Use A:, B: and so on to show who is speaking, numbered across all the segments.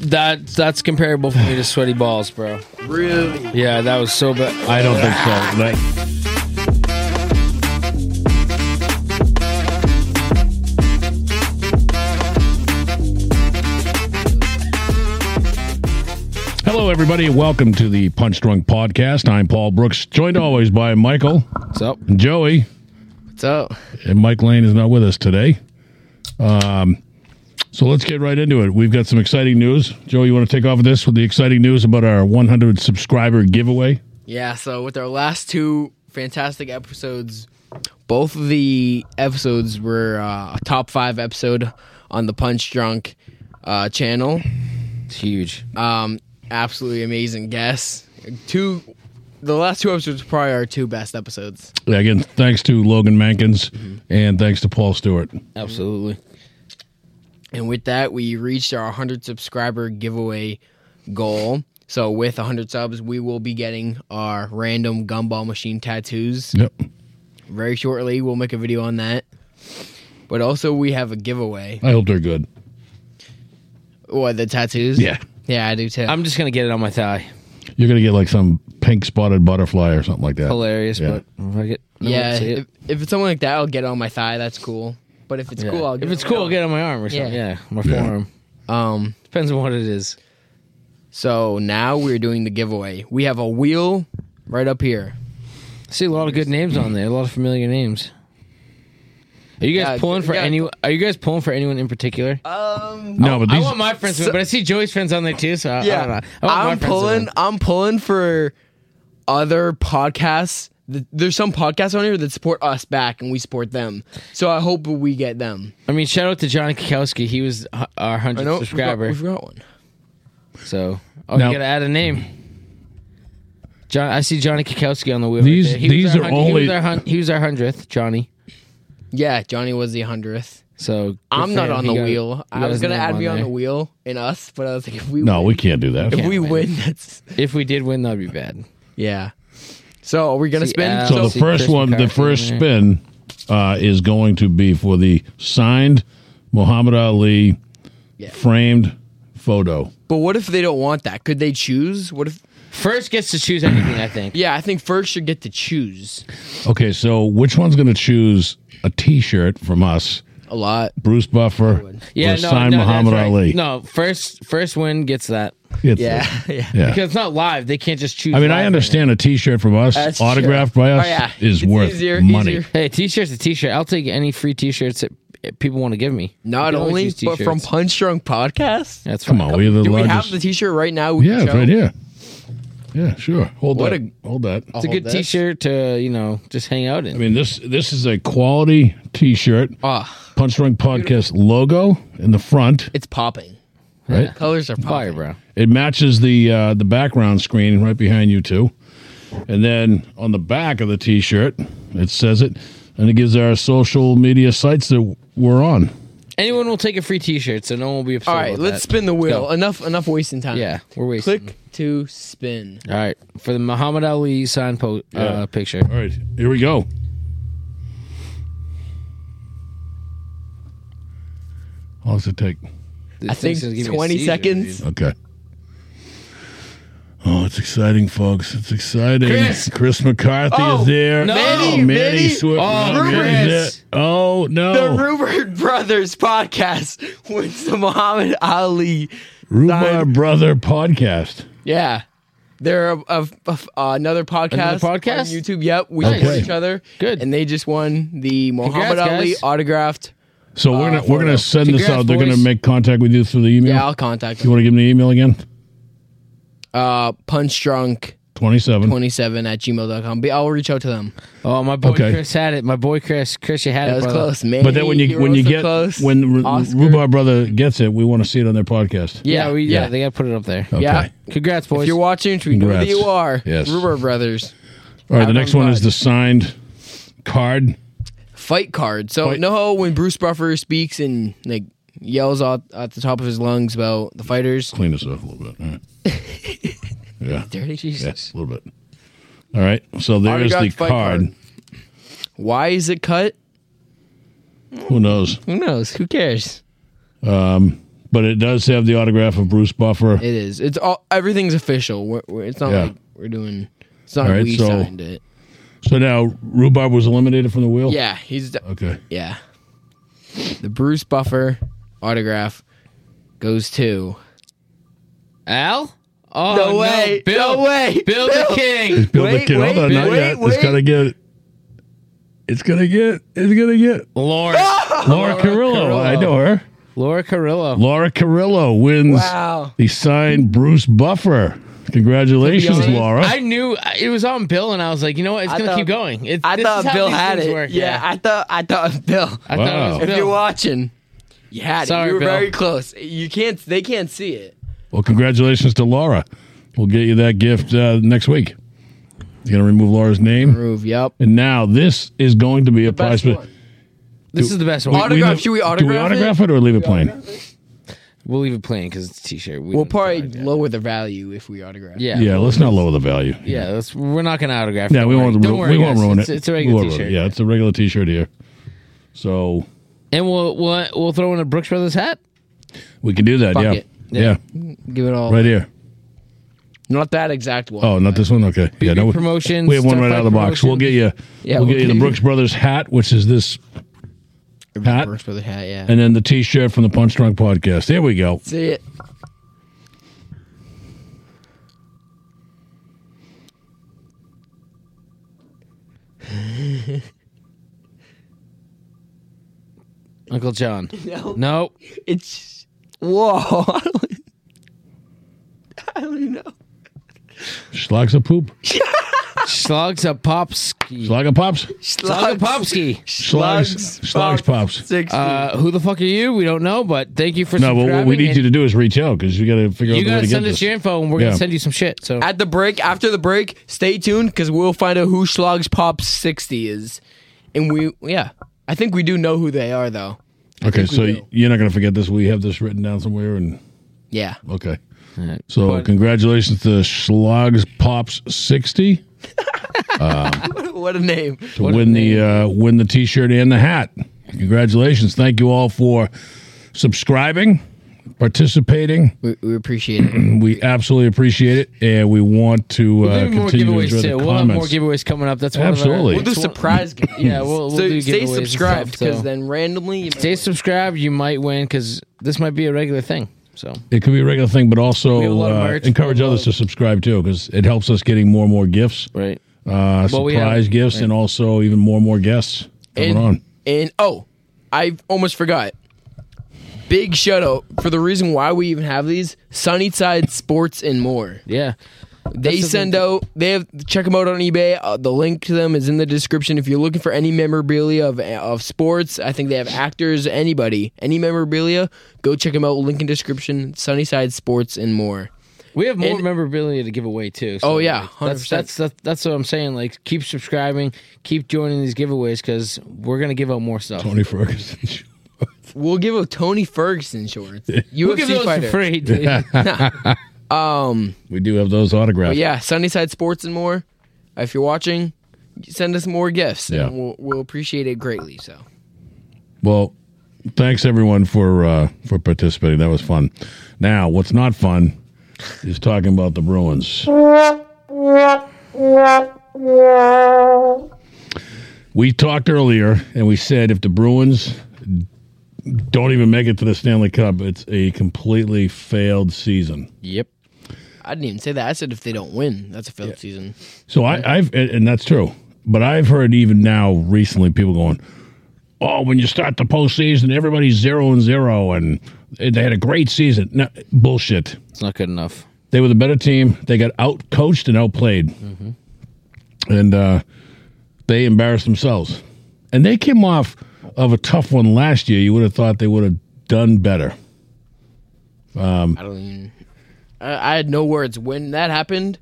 A: that that's comparable for me to sweaty balls, bro.
B: Really?
A: Yeah, that was so bad.
C: I don't think so. Like, Hello, everybody. Welcome to the Punch Drunk Podcast. I'm Paul Brooks, joined always by Michael,
A: What's up?
C: and Joey,
B: What's up?
C: and Mike Lane is not with us today. Um, so let's get right into it. We've got some exciting news. Joey, you want to take off of this with the exciting news about our 100 subscriber giveaway?
B: Yeah, so with our last two fantastic episodes, both of the episodes were uh, a top five episode on the Punch Drunk uh, channel.
A: It's huge.
B: Um, absolutely amazing guests. Two, the last two episodes were probably our two best episodes.
C: Again, thanks to Logan Mankins
A: Mm-hmm.
C: and thanks to Paul Stewart.
A: Absolutely.
B: And with that, we reached our 100 subscriber giveaway goal. So with 100 subs, we will be getting our random gumball machine tattoos.
C: Yep.
B: very shortly. We'll make a video on that. But also, we have a giveaway.
C: I hope they're good.
B: What the tattoos?
C: Yeah.
B: yeah, I do too.
A: I'm just gonna get it on my thigh.
C: You're going to get like some pink spotted butterfly or something like that.
A: Hilarious,
C: Yeah.
A: but I get I
B: yeah,
A: don't see it.
B: if, if it's something like that, I'll get it on my thigh. That's cool. But if it's
A: Yeah.
B: cool, I'll get
A: if
B: it
A: it's
B: on
A: cool,
B: my
A: I'll get it on my arm or something.
B: Yeah.
A: Yeah, my
C: Yeah.
A: forearm.
B: Um.
A: Depends on what it is.
B: So now we're doing the giveaway. We have a wheel right up here.
A: I see a lot of good names on there. A lot of familiar names. Are you guys
B: Yeah,
A: pulling for
B: yeah.
A: any? Are you guys pulling for anyone in particular?
B: Um.
C: No, but
A: I
C: these.
A: want my friends, to win,
B: So-
A: but I see Joey's friends on there too. So I, I don't know. I want my
B: I'm
A: friends to win.
B: pulling. I'm pulling for other podcasts. Th- There's some podcasts on here that support us back, and we support them. So I hope we get them.
A: I mean, shout out to John Kikowski. He was h- our
B: I
A: hundredth
B: know
A: subscriber.
B: We forgot, we forgot one.
A: So oh,
C: Now-
A: you gotta add a name. John, I see Johnny Kikowski on the wheel.
C: These-
A: right there. He
C: these
A: was our
C: are
A: hun-
C: only-
A: He was our hun- he was our hundredth, Johnny.
B: Yeah, Johnny was the hundredth.
A: So good
B: I'm
A: for
B: not
A: him.
B: on
A: He
B: the
A: got-
B: wheel.
A: he
B: I
A: got
B: was
A: his
B: gonna
A: name
B: add me on
A: there.
B: the wheel and us, but I was like, if we
C: no,
B: win,
C: we can't do that.
B: if we
A: win.
B: win, that's
A: If we did win, that'd be bad.
B: yeah. So are we gonna
A: See, uh,
B: spin?
A: Al-
C: So
A: I'll
C: the
A: see
C: first
A: Chris
C: one, the
A: McCarthy
C: first
A: in
C: spin uh, is going to be for the signed Muhammad Ali
B: Yeah.
C: framed photo.
B: but what if they don't want that? Could they choose? What if?
A: First gets to choose anything. I think.
B: Yeah, I think first should get to choose
C: Okay, so which one's going to choose a T-shirt from us,
B: a lot.
C: Bruce Buffer,
A: Yeah,
C: or
A: no,
C: signed
A: no, that's
C: Muhammad
A: right.
C: Ali?
A: No, first first win gets that
C: It's-
B: Yeah, yeah.
C: yeah.
A: because it's not live. They can't just choose.
C: I mean,
A: live
C: I
A: right
C: understand a T-shirt from us,
B: That's
C: autographed by us,
B: Oh, yeah.
C: is
B: It's
C: worth
B: easier,
C: money.
B: easier.
A: now. Hey, t-shirts, a t-shirt. I'll take any free t-shirts that uh, people want to give me. I
B: Not
A: can always
B: only,
A: use
B: but
A: t-shirts.
B: from Punch Drunk Podcast.
A: That's
C: Come
A: right.
C: on, we're the
B: Do we
C: largest.
B: have the T-shirt right now? We
C: yeah,
B: can
C: it's
B: show?
C: right here. Yeah, sure. Hold
B: What
C: that. Hold that.
A: It's a
B: Hold
A: good
B: this.
A: t-shirt to you know just hang out in.
C: I mean this this is a quality T-shirt.
B: Ah,
C: Punch Drunk Podcast logo in the front,
B: it's popping.
C: right?
B: Colors are popping.
A: Fire, bro.
C: It matches the uh, the background screen right behind you too. And then on the back of the T-shirt, it says it, and it gives our social media sites that we're on.
A: Anyone will take a free T-shirt, so no one will be upset.
B: All right,
A: about
B: let's
A: that.
B: spin the wheel.
A: go.
B: Enough, enough wasting time.
A: Yeah, we're wasting.
B: Click to spin.
A: All right, for the Muhammad Ali sign po-
C: Yeah.
A: uh, picture.
C: All right, here we go. How long does it take?
A: This
B: I think
A: thing's gonna give me a
B: 20
A: seizure,
B: seconds.
A: dude.
C: Okay. Oh, it's exciting, folks! It's exciting.
A: Chris!
C: McCarthy
B: Oh,
C: is there.
A: no.
C: oh,
A: Manny,
C: Manny
B: Manny.
C: Swift.
A: Oh,
C: no, Manny's
A: Chris.
C: there. Oh no!
B: The Rupert Brothers podcast wins the Muhammad Ali.
C: Rhubarb Brother podcast.
B: Yeah. They're a, a, a, another podcast.
A: Another podcast?
B: On YouTube. Yep. We
C: Nice.
B: support
C: Okay.
B: each other.
A: Good.
B: And they just won the Muhammad
A: Congrats,
B: Ali
A: guys.
B: autographed.
C: So we're gonna we're gonna send this
A: Congrats,
C: out. They're gonna
A: boys.
C: make contact with you through the email.
B: Yeah, I'll contact
C: you
B: them.
C: want to give them the email again?
B: Uh, punchdrunk27
C: Twenty seven.
B: at gmail.com. But I'll reach out to them.
A: Oh, my boy
C: Okay.
A: Chris had it. My boy Chris, Chris, you had it.
B: That was
A: brother.
B: close, man.
C: But then when you when you get
B: close.
C: when R-
B: Oscar.
C: Rhubarb Brother gets it, we want to see it on their podcast.
A: Yeah, we, yeah,
C: Yeah.
A: they gotta put it up there.
C: Okay.
B: yeah.
A: Congrats, boys.
B: If you're watching, we know that
C: Congrats.
B: you are.
C: Yes.
B: Rupert Brothers.
C: All right. The
B: I'm
C: next one is
B: glad.
C: the signed card.
B: fight card. So
C: Fight-
B: know how when Bruce Buffer speaks and like yells out at the top of his lungs about the fighters.
C: Clean this up a little bit. All right. yeah.
B: Dirty Jesus.
C: Yes. A little bit. All right. So there is the
B: Autographed fight
C: card.
B: Why is it cut?
C: Who knows?
B: Who knows? Who cares?
C: but it does have the autograph of Bruce Buffer.
B: It is. It's all everything's official. We're, we're, it's not
C: Yeah.
B: like we're doing. It's not
C: All
B: like
C: right,
B: we
C: so-
B: signed it.
C: so now Rhubarb was eliminated from the wheel.
B: Yeah, he's de-
C: Okay.
B: yeah. The Bruce Buffer autograph goes to
A: Al? Oh,
B: No way.
A: Bill,
B: No way.
A: Bill, the
B: Bill.
A: King.
C: Build
B: Wait,
C: the kid. Hold
B: wait,
C: on, not
B: wait,
C: yet. It's
B: wait.
C: gonna get. It's gonna get. It's gonna get.
A: Laura.
B: Ah! Oh,
C: Laura Carrillo.
A: Carrillo.
C: I know her.
A: Laura Carrillo.
C: Laura Carrillo wins
B: Wow.
C: the signed Bruce Buffer. Congratulations,
B: To be honest,
C: Laura.
A: I knew it was on Bill, and I was like, you know what? It's
B: I
A: going to
B: thought-
A: keep going. It,
B: I
A: this is
B: thought
A: how
B: Bill
A: these
B: had
A: things
B: it.
A: work,
B: yeah, I thought I thought it was Bill.
A: I thought it
C: Wow.
A: was
C: If
B: If
A: Bill.
B: you're watching, you had it.
A: Sorry,
B: you were
A: Bill.
B: very close. You can't. They can't see it.
C: well, congratulations to Laura. We'll get you that gift uh, next week. You're gonna remove Laura's name,
B: Groove. Yep.
C: and now this is going to be a prize.
B: Best
C: But
B: one.
A: this is the best one.
B: Autograph-
A: We,
B: should we
C: do we
B: autograph
C: autograph it, or leave it plain?
A: will leave it playing because it's a T-shirt. We
B: We'll
A: don't
B: probably
A: decide yet.
B: lower the value if we autograph.
A: Yeah.
C: Yeah, let's not lower the value.
A: Yeah, that's, we're not gonna autograph.
C: Yeah,
A: don't
C: we
A: worry.
C: won't.
A: Don't
C: ru-
A: worry,
C: we won't
A: guys.
C: ruin
A: it's,
C: it.
A: It's a
C: We
A: regular
C: won't ruin
A: T-shirt.
C: it. Yeah, it's a regular T-shirt here. So
A: and we'll we'll we'll throw in a Brooks Brothers hat.
C: we can do that.
B: Fuck
C: Yeah.
B: it.
C: yeah,
B: Give it all.
C: right here.
B: Not that exact one.
C: Oh, not this one. Okay. Yeah, no, we-
A: promotions,
C: We have one right
A: Starfire
C: out of the box. We'll get you.
B: Yeah,
C: we'll get
B: we'll
C: you the
B: get you-
C: Brooks Brothers hat, which is this, hat.
B: Brooks Brothers hat. Yeah.
C: and then the T-shirt from the Punch Drunk Podcast. There we go.
B: see it.
A: Uncle John.
B: No.
A: No,
B: It's whoa. I don't, I don't even know.
C: Schlags a poop.
A: Slugs a Popski.
C: Schlag a pops.
A: Slug a Popski.
C: Schlags. Schlags pops.
B: Six.
A: Uh, who the fuck are you? We don't know, but thank you for
C: No, but what we need you to do is reach out because you got to figure
A: You
C: out the way
A: gotta
C: to get
A: send us
C: this.
A: your info, and we're
C: Yeah. Uh,
A: gonna send you some shit. So
B: At the break, after the break, stay tuned because we'll find out who Schlags Pop 60 is. And we, yeah. I think we do know who they are, though.
C: Okay,
B: we
C: so
B: will.
C: you're not going to forget this. We have this written down somewhere, and
B: Yeah.
C: okay.
A: Alright.
C: So
A: But-
C: congratulations to Schlags Pops sixty
B: what a name.
C: to win the uh, win the T-shirt and the hat. Congratulations! Thank you all for subscribing, participating.
B: We, we appreciate it.
C: We absolutely appreciate it, and we want to uh,
A: Maybe more
C: continue to enjoy
A: giveaways
C: the
A: too. We'll have more
C: comments.
A: giveaways coming up. That's One
C: Absolutely.
B: We'll
A: of our,
B: do
A: that's one-
B: surprise games.
A: Yeah, we'll, we'll
B: so
A: do giveaways
B: stay
A: and stuff,
B: subscribed because
A: so.
B: then randomly. You
A: stay subscribed. You might win because this might be a regular thing. So
C: it could be a regular thing, but
A: We have a
C: also
A: lot of
C: uh,
A: merch.
C: encourage
A: We have a
C: others to subscribe too, because it helps us getting more and more gifts,
A: right.
C: uh,
A: Well, we have-
C: surprise gifts, and also even more and more guests coming
B: and,
C: on.
B: And oh, I almost forgot. Big shout out for the reason why we even have these Sunnyside Sports and more.
A: Yeah.
B: They
A: That's the
B: send
A: thing.
B: out. They have check them out on eBay. Uh, the link to them is in the description. If you're looking for any memorabilia of of sports, I think they have actors, anybody, any memorabilia. Go check them out. Link in description. Sunnyside Sports and more.
A: We have more
B: And-
A: memorabilia to give away too.
B: Oh, yeah,
A: like, that's,
B: 100%.
A: that's that's that's what I'm saying. Like, keep subscribing, keep joining these giveaways because we're gonna give out more stuff.
C: Tony Ferguson.
B: We'll give out Tony Ferguson shorts. UFC
A: We'll give those
B: fighter.
A: for free. Dude.
B: Um,
C: we do have those autographs.
B: but yeah, Sunnyside Sports and more. If you're watching, send us more gifts.
C: Yeah.
B: and we'll, we'll appreciate it greatly. So
C: Well, thanks everyone for uh, for participating. That was fun. Now, what's not fun is talking about the Bruins. We talked earlier, and we said if the Bruins don't even make it to the Stanley Cup, it's a completely failed season.
A: yep.
B: I didn't even say that. I said if they don't win, that's a failed season.
C: So I, I've, and and that's true. But I've heard even now recently people going, "Oh, when you start the postseason, everybody's zero and zero, and they had a great season." No, bullshit.
A: It's not good enough.
C: They were the better team. They got out coached and outplayed,
A: Mm-hmm.
C: and uh, they embarrassed themselves. And they came off of a tough one last year. You would have thought they would have done better.
B: I don't even. I, I had no words when that happened.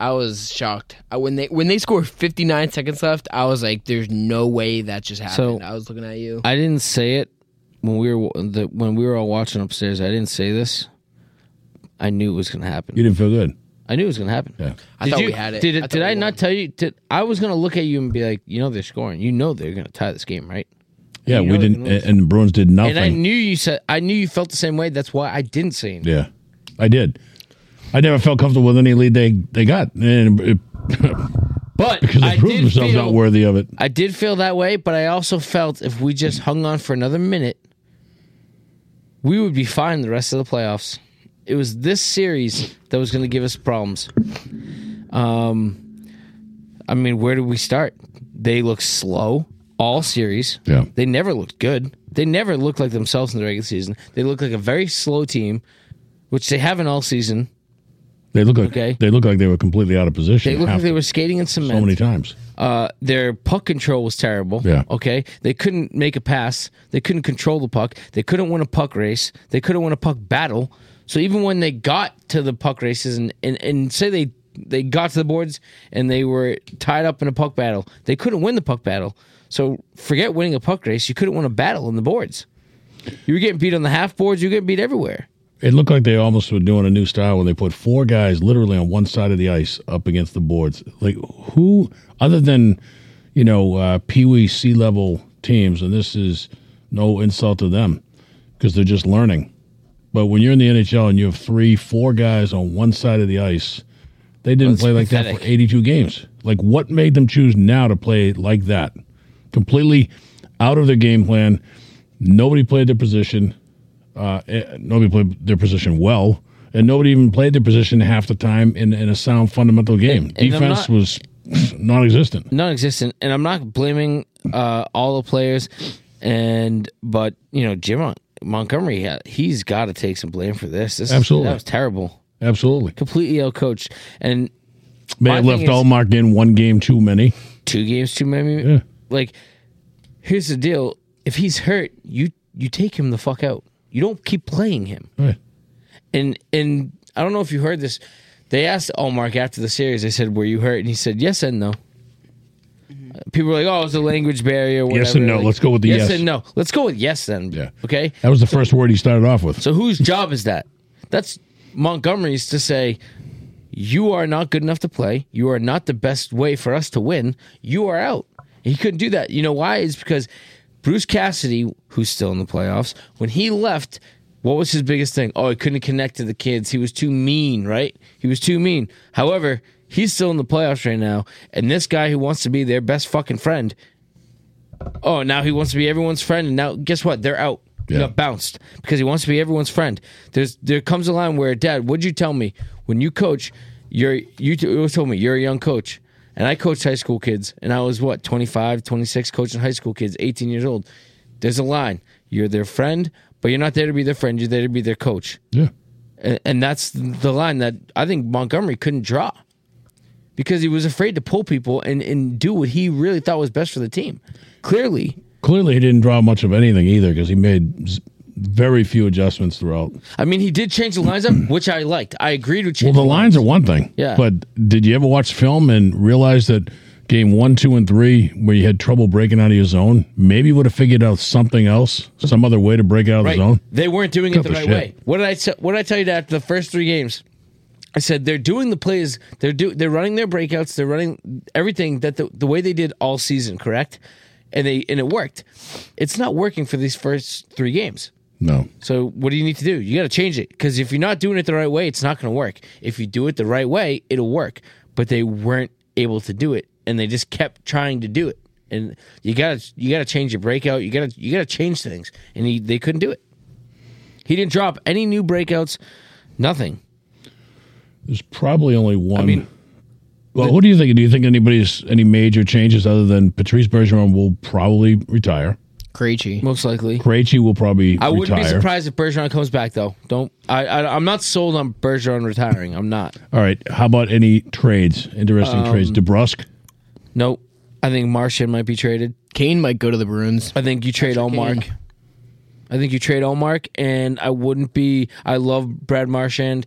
B: I was shocked. I, when they when they scored 59 seconds left, I was like, "There's no way that just happened." I was looking at you.
A: I didn't say it when we were the, when we were all watching upstairs. I didn't say this. I knew it was gonna happen.
C: You didn't feel good.
A: I knew it was gonna happen.
C: Yeah.
B: I thought
A: you,
B: we had it.
A: Did,
B: I thought
A: did
B: we
A: I
B: won.
A: not tell you? Did, I was gonna look at you and be like, you know, they're scoring. You know, they're gonna tie this game, right?
C: Yeah,
A: You
C: we
A: know-
C: didn't, and, and the Bruins did nothing.
A: And I knew you said I knew you felt the same way. That's why I didn't say anything.
C: Yeah, I did. I never felt comfortable with any lead they they got, and it,
A: But
C: because they
A: I
C: proved
A: did
C: themselves
A: feel,
C: not worthy of it.
A: I did feel that way, but I also felt if we just hung on for another minute, we would be fine the rest of the playoffs. It was this series that was going to give us problems. Um, I mean, where do we start? They look slow all series.
C: Yeah.
A: They never looked good. They never looked like themselves in the regular season. They look like a very slow team, which they haven't all season.
C: They look like
A: Okay.
C: they look like they were completely out of position.
A: They look
C: half
A: like they
C: the-
A: were skating in cement.
C: so many times.
A: Uh, their puck control was terrible.
C: Yeah.
A: Okay. They couldn't make a pass. They couldn't control the puck. They couldn't win a puck race. They couldn't win a puck battle. So even when they got to the puck races and, and, and say they they got to the boards and they were tied up in a puck battle, they couldn't win the puck battle. So forget winning a puck race. You couldn't win a battle in the boards. You were getting beat on the half boards. You were getting beat everywhere.
C: It looked like they almost were doing a new style where they put four guys literally on one side of the ice up against the boards. Like who other than you know uh, Pee Wee C level teams, and this is no insult to them because they're just learning. But when you're in the NHL and you have three, four guys on one side of the ice, they didn't
A: That's
C: play like that for
A: pathetic.
C: 82 games. Like what made them choose now to play like that? Completely out of their game plan. Nobody played their position. Uh, eh, nobody played their position well, and nobody even played their position half the time in, in a sound fundamental game.
A: and I'm
C: Defense
A: not-
C: was non-existent.
A: non-existent and i'm not blaming uh all the players and but you know jim Mon- montgomery ha- he's got to take some blame for this this is-
C: Absolutely.
A: that was terrible
C: Absolutely,
A: completely ill coached and
C: may
A: My
C: have left
A: thing is-
C: Allmark in one game too many.
A: two games too many
C: Yeah.
A: like here's the deal if he's hurt you you take him the fuck out you don't keep playing him
C: Right.
A: and and I don't know if you heard this. They asked Allmark after the series. They said, "Were you hurt?" And he said, "Yes and no." People were like, "Oh, it's a language barrier." Whatever.
C: Mm-hmm. Yes and no.
A: Like,
C: Let's go with the yes.
A: and no. Let's go with yes then.
C: Yeah.
A: Okay.
C: That was the first word he started off with.
A: So whose job is that? That's Montgomery's to say, "You are not good enough to play. You are not the best way for us to win. You are out." He couldn't do that. You know why? It's because Bruce Cassidy, who's still in the playoffs, when he left, what was his biggest thing? Oh, he couldn't connect to the kids. He was too mean, right? He was too mean. However, he's still in the playoffs right now, and this guy who wants to be their best fucking friend oh, now he wants to be everyone's friend, and now guess what? They're out. He
C: Yeah.
A: got bounced because he wants to be everyone's friend. There's there comes a line where, Dad, what'd you tell me when you coach? You're you t- always told me you're a young coach, and I coached high school kids, and I was what 25, 26, coaching high school kids, 18 years old. There's a line. You're their friend, but you're not there to be their friend. You're there to be their coach.
C: Yeah.
A: And, and that's the line that I think Montgomery couldn't draw because he was afraid to pull people and, and do what he really thought was best for the team. Clearly,
C: Clearly, he didn't draw much of anything either because he made z- very few adjustments throughout.
A: I mean, he did change the lines up, which I liked. I agreed with
C: Well,
A: changing
C: the lines are one thing.
A: Yeah.
C: But did you ever watch film and realize that game one, two, and three, where you had trouble breaking out of your zone, maybe would have figured out something else, some other way to break out of
A: right.
C: the zone?
A: They weren't doing
C: Good
A: it the
C: for
A: right
C: shit.
A: way. What did I t- what did I tell you after the first three games? I said they're doing the plays. They're do they're running their breakouts. They're running everything that the, the way they did all season, correct? And they and it worked. It's not working for these first three games.
C: No.
A: So what do you need to do? You got to change it because if you're not doing it the right way, it's not going to work. If you do it the right way, it'll work. But they weren't able to do it, and they just kept trying to do it. And you got to you got to change your breakout. You got to you got to change things, and he, they couldn't do it. He didn't drop any new breakouts, nothing.
C: There's probably only one.
A: mean,
C: well, what do you think? Do you think anybody's any major changes other than Patrice Bergeron will probably retire?
B: Krejci.
A: Most likely,
C: Krejci will probably
A: I wouldn't be
C: retire.
A: surprised if Bergeron comes back though. Don't I, I? I'm not sold on Bergeron retiring. I'm not.
C: All right. How about any trades? Interesting
A: Um,
C: trades. DeBrusque.
A: Nope. I think Martian might be traded.
B: Kane might go to the Bruins.
A: I think you trade Allmark.
B: Kane.
A: I think you trade Allmark, and I wouldn't be. I love Brad Marchand,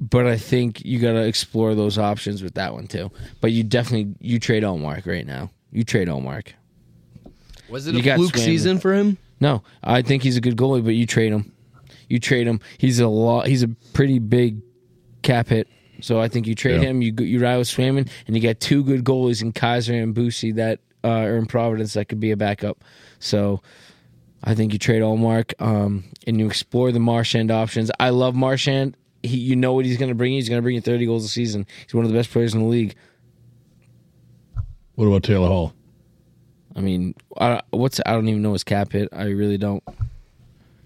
A: but I think you got to explore those options with that one too. But you definitely you trade Allmark right now. You trade Allmark.
B: Was it
A: You
B: a
A: got
B: fluke
A: Swayman.
B: season for him?
A: No, I think he's a good goalie, but you trade him. You trade him. He's a lot. He's a pretty big cap hit. So I think you trade
C: Yeah.
A: him. You go- you ride with Swayman, and you got two good goalies in Kaiser and Busi that uh, or in Providence that could be a backup. So I think you trade Allmark um, and you explore the Marshand options. I love Marshand. He, you know what he's going to bring you. He's going to bring you 30 goals a season. He's one of the best players in the league.
C: What about Taylor Hall?
A: I mean, I, what's I don't even know his cap hit. I really don't.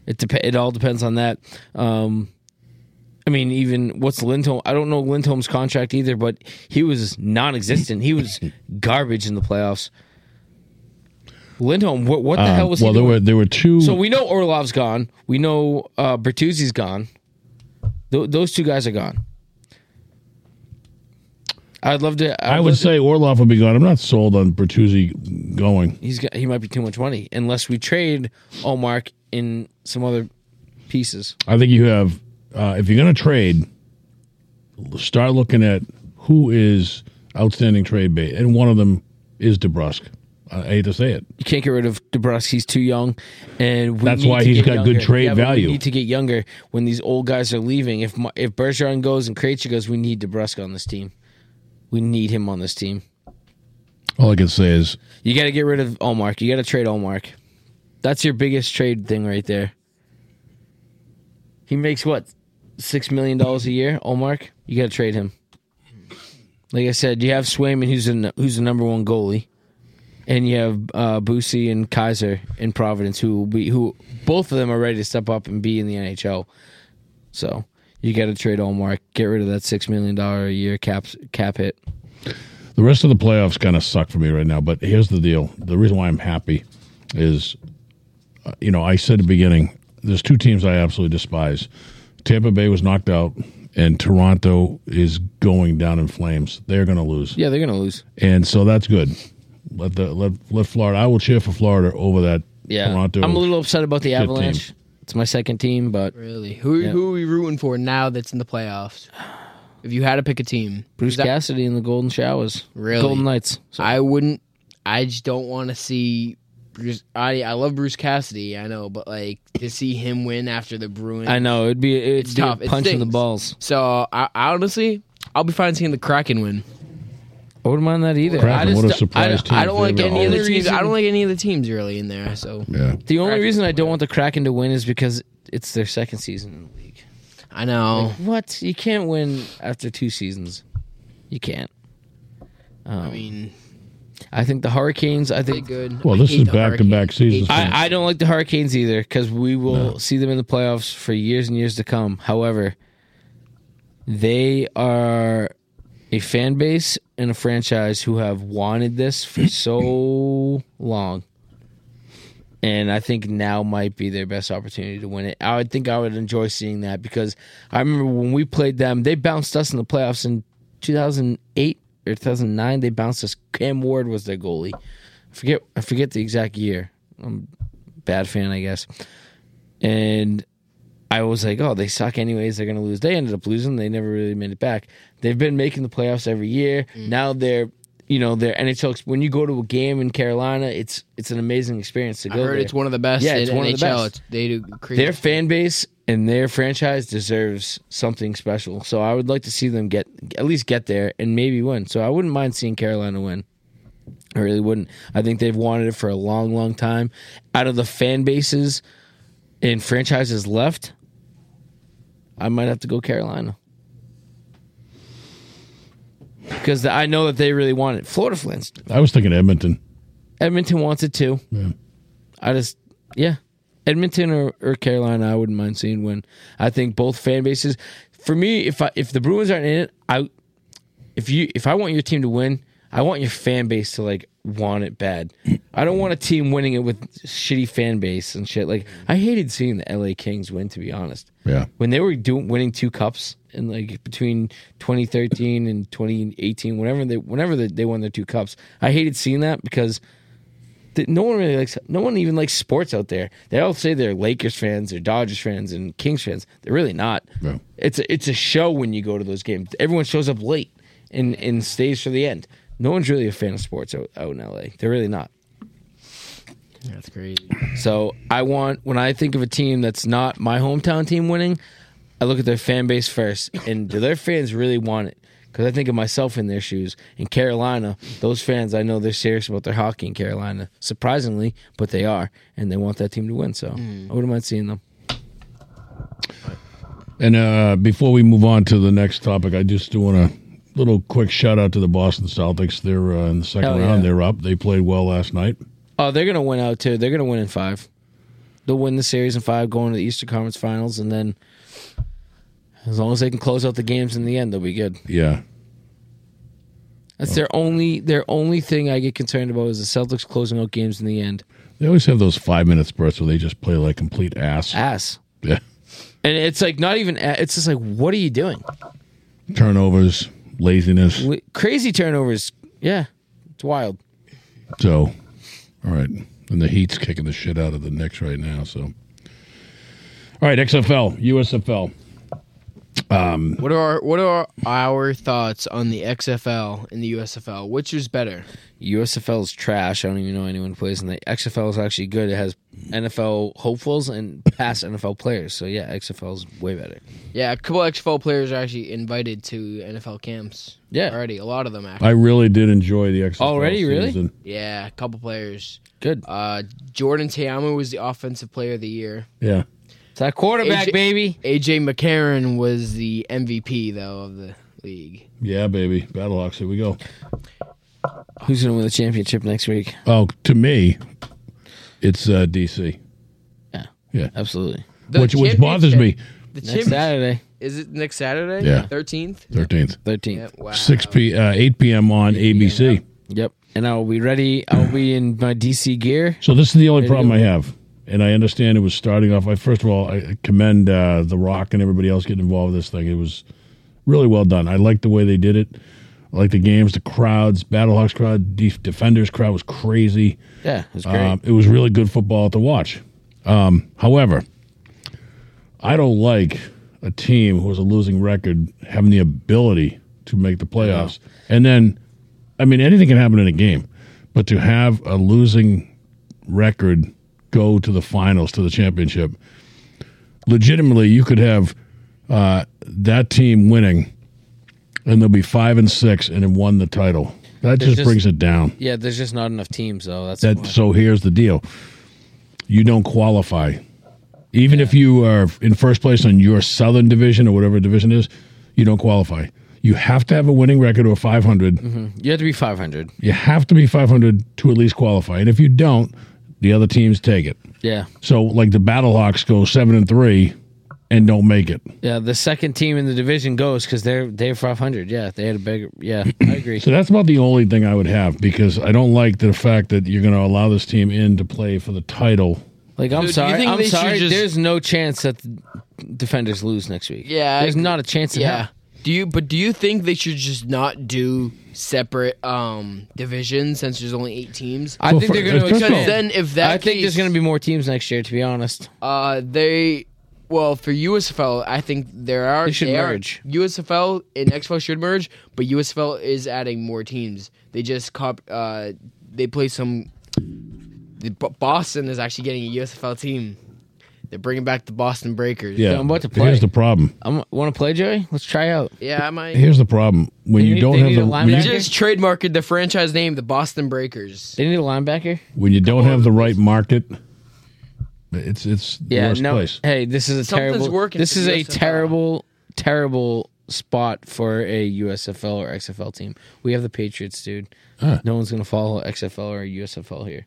A: It dep- It all depends on that. Um, I mean, even what's Lindholm? I don't know Lindholm's contract either, but he was non-existent. He was garbage in the playoffs. Lindholm, what, what the
C: Uh,
A: hell was
C: well,
A: he
C: there
A: doing?
C: were there were two.
A: So we know Orlov's gone. We know uh, Bertuzzi's gone. Th- those two guys are gone. I'd love to. I'd
C: I
A: love
C: would
A: to-
C: say Orlov would be gone. I'm not sold on Bertuzzi going.
A: he's got, he might be too much money unless we trade Allmark in some other pieces.
C: I think you have, uh, if you're going to trade, start looking at who is outstanding trade bait, and one of them is DeBrusque. I I hate to say it.
A: You can't get rid of DeBrusque; he's too young, and we
C: That's
A: need
C: why
A: to
C: he's
A: get
C: got good
A: younger.
C: trade
A: Yeah, but
C: value.
A: We need to get younger when these old guys are leaving. If Ma- if Bergeron goes and Krejci goes, we need DeBrusque on this team. We need him on this team.
C: All I can say is
A: You got to get rid of Allmark. You got to trade Allmark. That's your biggest trade thing right there. He makes what six million dollars a year. Allmark, you got to trade him. Like I said, you have Swayman, who's a, who's the number one goalie, and you have uh, Busi and Kaiser in Providence, who will be who both of them are ready to step up and be in the NHL. So you got to trade Allmark. Get rid of that six million dollar a year cap cap hit.
C: the rest of the playoffs kind of suck for me right now. But here's the deal: the reason why I'm happy is, uh, you know, I said at the beginning, there's two teams I absolutely despise. Tampa Bay was knocked out, and Toronto is going down in flames. They're going to lose.
A: Yeah, they're gonna lose.
C: and so that's good. Let the let let Florida. I will cheer for Florida over that.
A: Yeah,
C: Toronto.
A: I'm a little upset about the
C: team.
A: Avalanche. It's my second team, but
B: Really? Who who are we rooting for now that's in the playoffs? If you had to pick a team,
A: Bruce
B: 'Cause I-
A: Cassidy and the Golden Showers,
B: Really?
A: Golden Knights. So
B: I wouldn't. I just don't want to see. Bruce, I I love Bruce Cassidy. I know, but like to see him win after the Bruins.
A: I know it'd be it'd
B: It's
A: be a
B: tough. It
A: punch in the
B: stings.
A: balls.
B: So I, I honestly, I'll be fine seeing the Kraken win.
A: I wouldn't mind that either.
C: Kraken,
A: I just,
C: what a
A: I-
C: surprise team.
B: I don't like
C: They were
B: any of the
A: always-
B: teams. I don't like any of the teams really in there. So
C: Yeah.
A: the only
B: Kraken
A: reason I
B: win.
A: don't want the Kraken to win is because it's their second season in the league.
B: I know.
A: What you can't win after two seasons, you can't. Um,
B: I
A: I
B: mean,
A: think the Hurricanes. I
B: they
A: think
B: good.
C: Well,
B: I
C: this
B: hate
C: is
B: the
C: back-to-back
B: Hurricanes.
C: seasons.
B: Hate-
A: I, I don't like the Hurricanes either because we will see them in the playoffs for years and years to come. However, they are a fan base and a franchise who have wanted this for so long. And I think now might be their best opportunity to win it. I would think I would enjoy seeing that because I remember when we played them, they bounced us in the playoffs in 2008 or 2009. They bounced us. Cam Ward was their goalie. I forget I forget the exact year. I'm a bad fan, I guess. And I was like, oh, they suck anyways. They're gonna lose. They ended up losing. They never really made it back. They've been making the playoffs every year.
B: Mm.
A: Now they're you know they're NHL. ex- When you go to a game in Carolina, it's it's an amazing experience to
B: I
A: go.
B: heard
A: there.
B: it's one of the best.
A: Yeah,
B: in
A: it's one of the
B: NHL.
A: best.
B: It's- They do crazy.
A: their fan base and their franchise deserves something special. So I would like to see them get at least get there and maybe win. So I wouldn't mind seeing Carolina win. I really wouldn't. I think they've wanted it for a long, long time. Out of the fan bases and franchises left, I might have to go Carolina. Because I know that they really want it. Florida Flint's
C: I was thinking Edmonton.
A: Edmonton wants it too.
C: Yeah.
A: I just, yeah, Edmonton or, or Carolina, I wouldn't mind seeing win. I think both fan bases. For me, if I if the Bruins aren't in it, I if you if I want your team to win, I want your fan base to like want it bad. I don't want a team winning it with shitty fan base and shit. Like I hated seeing the LA Kings win. To be honest,
C: Yeah.
A: when they were doing winning two cups in like between 2013 and 2018 whenever they whenever they, they won their two cups i hated seeing that because th- no one really likes no one even likes sports out there they all say they're lakers fans they're dodgers fans and kings fans they're really not
C: No.
A: it's a, it's a show when you go to those games everyone shows up late and and stays for the end no one's really a fan of sports out, out in la they're really not
B: That's crazy.
A: so I want when I think of a team that's not my hometown team winning, I look at their fan base first, and do their fans really want it? because I think of myself in their shoes. In Carolina, those fans, I know they're serious about their hockey in Carolina, surprisingly, but they are, and they want that team to win. So I wouldn't mind seeing them.
C: And uh, before we move on to the next topic, I just do want a little quick shout out to the Boston Celtics. They're uh, in the second
A: Hell yeah.
C: round. They're up. They played well last night.
A: Oh, they're gonna win out too. They're gonna win in five. They'll win the series in five, going to the Eastern Conference Finals, and then as long as they can close out the games in the end, they'll be good.
C: Yeah.
A: That's their only their only thing I get concerned about is the Celtics closing out games in the end.
C: They always have those five minute spurts where they just play like complete ass.
A: Ass.
C: Yeah.
A: And it's like not even. It's just like, what are you doing?
C: Turnovers, laziness.
A: Li- Crazy turnovers. Yeah, it's wild.
C: So, all right. And the Heat's kicking the shit out of the Knicks right now. So, all right. XFL, USFL.
B: What are our, what are our thoughts on the XFL and the USFL? Which is better?
A: USFL is trash. I don't even know anyone who plays in the XFL is actually good. It has NFL hopefuls and past NFL players. So yeah, XFL is way better.
B: Yeah, a couple XFL players are actually invited to NFL camps.
A: Yeah.
B: already a lot of them actually.
C: I really did enjoy the XFL.
A: Already? Really?
C: season.
B: yeah, a couple players.
A: Good.
B: Uh, Jordan Teamu was the offensive player of the year.
C: Yeah.
A: It's that quarterback,
B: AJ
A: baby.
B: AJ McCarron was the MVP though of the league.
C: Yeah, baby. Battlehawks. Here we go.
A: Who's gonna win the championship next week?
C: Oh, to me, it's uh, DC.
A: Yeah,
C: Yeah.
A: absolutely.
B: The
C: which which
B: championship-
C: bothers me.
B: The
A: Next
B: champ-
A: Saturday,
B: is it next Saturday?
C: Yeah.
B: thirteenth.
C: Thirteenth,
A: thirteenth.
B: wow.
C: six p, uh, eight p.m. on ABC.
A: Yep. And I will be ready. I'll be in my DC gear.
C: So this is the only
A: There you
C: problem I
A: go.
C: have, and I understand it was starting off. I first of all, I commend uh, The Rock and everybody else getting involved with this thing. It was really well done. I liked the way they did it. I liked the games, the crowds, Battlehawks crowd, def- Defenders crowd was crazy.
A: Yeah, it's great.
C: Um, it was really good football to watch. Um, however, I don't like a team who has a losing record having the ability to make the playoffs. And then, I mean, anything can happen in a game, but to have a losing record go to the finals, to the championship, legitimately, you could have uh, that team winning, and they'll be five and six, and have won the title.
A: There's
C: That just,
A: just-
C: brings it down.
A: yeah, there's just not enough teams though. That's
C: That so here's the deal. You don't qualify. Even if you are in first place on your southern division or whatever division is, you don't qualify. You have to have a winning record or 500.
A: you have to be 500.
C: You have to be 500 to at least qualify. And if you don't, the other teams take it.
A: Yeah,
C: So like the Battlehawks go 7 and 3 and don't make it.
A: yeah. The second team in the division goes because they're they're 500. Yeah, they had a big. Yeah, I agree.
C: So that's about the only thing I would have because I don't like the fact that you're going to allow this team in to play for the title.
A: Like I'm
B: Dude, do you
A: sorry,
B: think
A: I'm
B: they should
A: sorry.
B: just-
A: There's no chance that the defenders lose next week.
B: Yeah,
A: there's
B: I-
A: not a chance. in
B: Yeah.
A: hell.
B: Do you but do you think they should just not do separate um divisions since there's only eight teams?
A: I
C: Well,
A: think
C: for-
A: they're going to
C: first of all-
A: expand.
B: Because then if that
A: I think
B: case-
A: there's going to be more teams next year. To be honest,
B: Uh, they well for USFL, I think there are
A: They should
B: are-
A: merge.
B: USFL and XFL should merge, but USFL is adding more teams. They just cop. Uh, they play some. The, B- Boston is actually getting a USFL team. They're bringing back the Boston Breakers.
C: Yeah.
A: I'm about to play.
C: Here's the problem.
A: I want to play, Joey. Let's try out.
B: yeah, I might.
C: Here's the problem. When
A: They
C: you
A: need-
C: don't
A: they
C: have
A: need a
C: the when you
A: linebacker.
B: They just trademarked the franchise name, the Boston Breakers.
A: They need a linebacker.
C: when you don't have the right market, it's it's the worst place.
A: Hey, this is a
B: Something's
A: terrible.
B: working
A: this
B: for
A: is a
B: USFL.
A: terrible, terrible spot for a USFL or XFL team. We have the Patriots, dude. No one's gonna follow XFL or USFL here.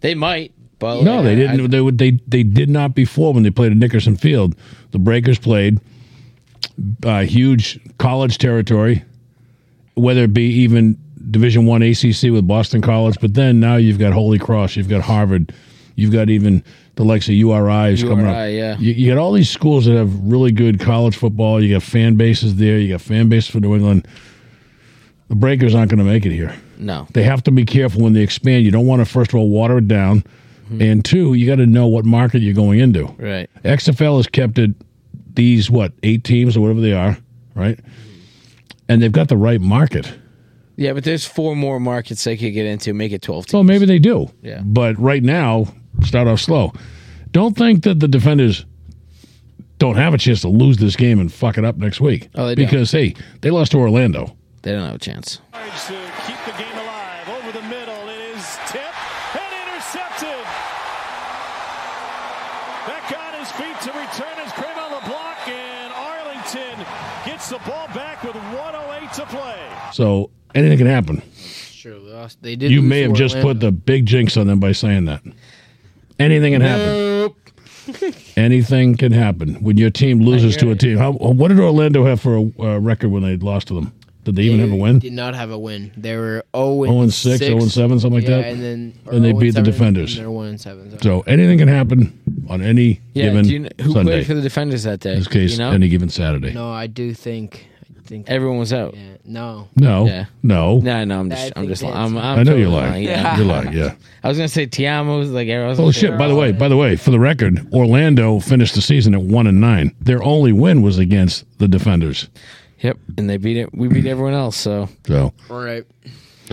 A: They might, but
C: No,
A: like,
C: they
A: I-
C: didn't. they would. They they did not before when they played at Nickerson Field. The Breakers played uh, huge college territory, whether it be even Division One ACC with Boston College, but then now you've got Holy Cross, you've got Harvard, you've got even the likes of URIs coming up.
A: URI, yeah.
C: you, you got all these schools that have really good college football. You got fan bases there. You got fan base for New England. The Breakers aren't going to make it here.
A: no.
C: they have to be careful when they expand. You don't want to first of all water it down, and two, you got to know what market you're going into.
A: Mm-hmm. Right.
C: XFL has kept it these what eight teams or whatever they are, right? And they've got the right market.
A: Yeah, but there's four more markets they could get into. Make it twelve teams.
C: Well, maybe they do.
A: Yeah.
C: But right now, start off slow. Don't think that the defenders don't have a chance to lose this game and fuck it up next week.
A: Oh, they don't.
C: because hey, they lost to Orlando.
A: They don't have a chance.
D: yards to keep the game alive. Over the middle, it is tipped and intercepted. Back on his feet to return is Craven LeBlanc, and Arlington gets the ball back with 108 to play.
C: So anything can happen.
B: Sure, they lost. They did.
C: you
B: lose
C: may have
B: to
C: just put
B: Orlando.
C: the big jinx on them by saying that. Anything can happen. Anything can happen when your team loses to a team. How, what did Orlando have for a uh, record when they lost to them? Did they even have a win?
B: Did not have a win. They were zero
C: 0 and 6, 0 and 7, something like
B: yeah,
C: that.
B: and then or
C: And they
B: 0
C: beat the
B: seven,
C: defenders.
B: And they're one and seven. So.
C: so anything can happen on any
A: Yeah,
C: given
A: do you know, who
C: Sunday.
A: played for the defenders that day?
C: In this case,
A: you know?
C: any given Saturday. No,
B: No, I do think. I think.
A: everyone was out.
B: yeah, no.
C: no,
A: Yeah.
C: no.
A: No, no, I'm
B: I
A: just, I'm
B: think
A: just,
B: that's-
A: I'm, I'm
C: I know
A: totally
C: you're lying.
A: Yeah.
C: You're lying. Yeah.
A: I was gonna say Tiamo's like everyone's.
C: Oh
A: like,
C: shit! By the way, by the way, for the record, Orlando finished the season at one and nine. Their only win was against the defenders.
A: Yep, and they beat it. We beat everyone else. So
C: So,
B: All right.
C: all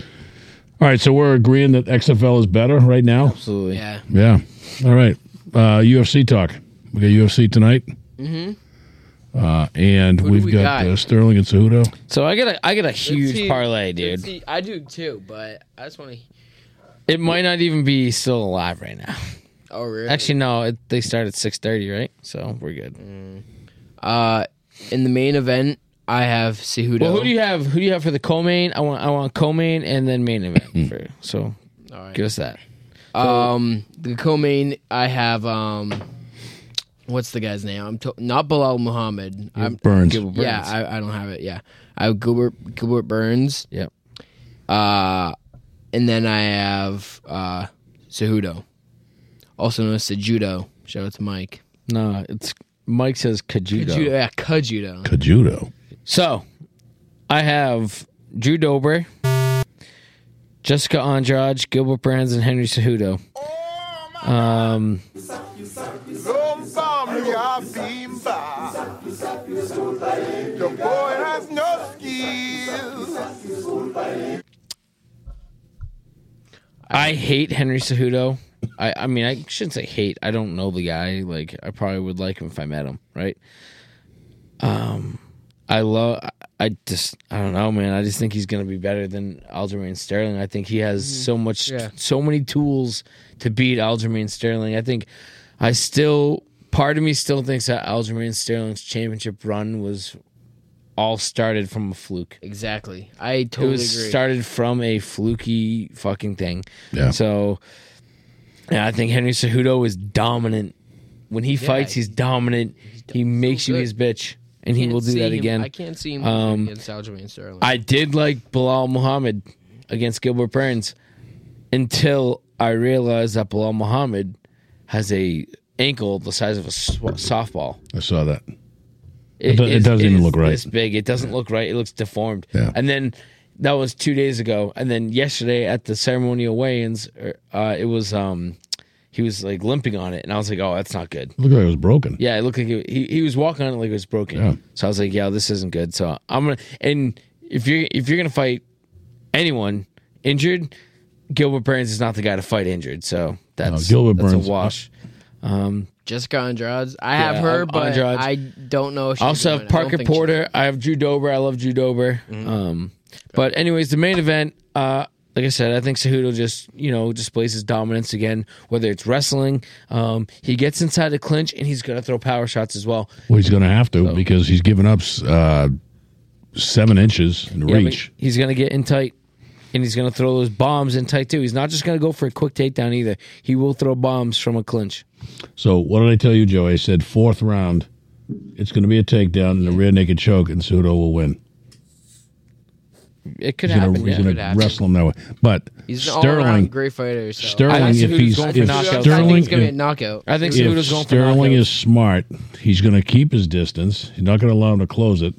C: right. So we're agreeing that XFL is better right now.
A: absolutely.
B: Yeah.
C: Yeah. All right. Uh, UFC talk. We got UFC tonight. Mm-hmm. Uh, and
B: Mm-hmm. do
C: we've
B: we
C: got,
B: got?
C: Uh, Sterling and Cejudo.
A: So I got a, I got a huge
B: see-
A: parlay, dude.
B: See, I do too, but I just want to.
A: It might not even be still alive right now.
B: Oh, really?
A: Actually, no. It, they start at six thirty, right? So we're good.
B: uh, in the main event, I have Cejudo.
A: Well, who do you have? Who do you have for the co-main? I want, I want co-main and then main event. for, so
B: All right.
A: give us that.
B: Um, the co-main I have um, what's the guy's name? I'm to- not Bilal Muhammad. I'm
C: Burns.
A: Gilbert Burns.
B: yeah, I, I don't have it. Yeah, I have Gilbert Gilbert Burns.
A: Yep.
B: Uh, and then I have uh Cejudo, also known as Sejudo. Shout out to Mike.
A: No, it's Mike says Kajudo.
B: Judo, yeah, Kajudo.
C: Cejudo.
A: So I have Drew Dober, Jessica Andrade, Gilbert Brands, and Henry Cejudo. Um,
E: Some family are being bad. The boy has no skills.
A: I hate Henry Cejudo. I, I mean, I shouldn't say hate. I don't know the guy. Like, I probably would like him if I met him, right? Um, I love. I just, I don't know, man. I just think he's gonna be better than Aljamain Sterling. I think he has so much,
B: Yeah.
A: so many tools to beat Aljamain Sterling. I think, I still, part of me still thinks that Aljamain Sterling's championship run was all started from a fluke
B: Exactly. I
A: it
B: totally
A: was
B: agree.
A: started from a fluky fucking thing.
C: Yeah.
A: So, yeah, I think Henry Cejudo is dominant. When he fights, he's dominant. he makes you
B: good.
A: his bitch, and he
B: Can't
A: will do
B: see
A: that
B: him-
A: again.
B: I can't see him
A: Um,
B: against Aljamain Sterling.
A: I did like Bilal Muhammad against Gilbert Burns until I realized that Bilal Muhammad has a ankle the size of a s- softball.
C: I saw that.
A: It,
C: do- it
A: is-
C: doesn't even
A: is
C: look right.
A: This big. It doesn't look right. It looks deformed.
C: Yeah.
A: And then that was two days ago. And then yesterday at the ceremonial weigh-ins, er, uh, it was um, he was like limping on it, and I was like, oh, that's not good.
C: Looked like it was broken.
A: Yeah, it looked like it, he he was walking on it like it was broken.
C: Yeah.
A: So I was like, yeah, this isn't good. So I'm gonna and if you're if you're gonna fight anyone injured, Gilbert Burns is not the guy to fight injured. So that's
C: Gilbert
A: that's
C: Burns-
A: a wash.
B: Jessica Andrade. I
A: Yeah,
B: have her,
A: An-
B: but
A: Andrade.
B: I don't know. If she's
A: I also have
B: doing it. I don't
A: Parker
B: think Mm-hmm. she-
A: Porter. I have Drew Dober. I love Drew Dober. Um, but anyways, the main event. Uh, like I said, I think Cejudo just you know displays his dominance again. Whether it's wrestling, um, he gets inside the clinch and he's gonna throw power shots as well.
C: Well, he's going to have to because he's given up uh, seven inches in
A: Yeah, but
C: reach.
A: he's gonna get in tight, and he's gonna throw those bombs in tight too. He's not just gonna go for a quick takedown either. He will throw bombs from a clinch.
C: So what did I tell you, Joey? I said fourth round, it's going to be a takedown and a rear naked choke, and Sudo will win.
A: It could
C: He's going
A: happen. yeah.
C: to
B: Could happen.
C: wrestle him that way. But
B: He's an all-around
C: Sterling,
B: great fighter. So.
A: I
C: Sterling,
A: see
C: if
A: who's
C: he's
A: going for
C: if
A: knockouts. I think
B: I think
C: Sterling,
B: it's gonna be a
C: if,
B: knockout.
A: I think
C: if
A: Cejudo's going for
C: Sterling
A: knockouts.
C: is smart, he's going to keep his distance. He's not going to allow him to close it.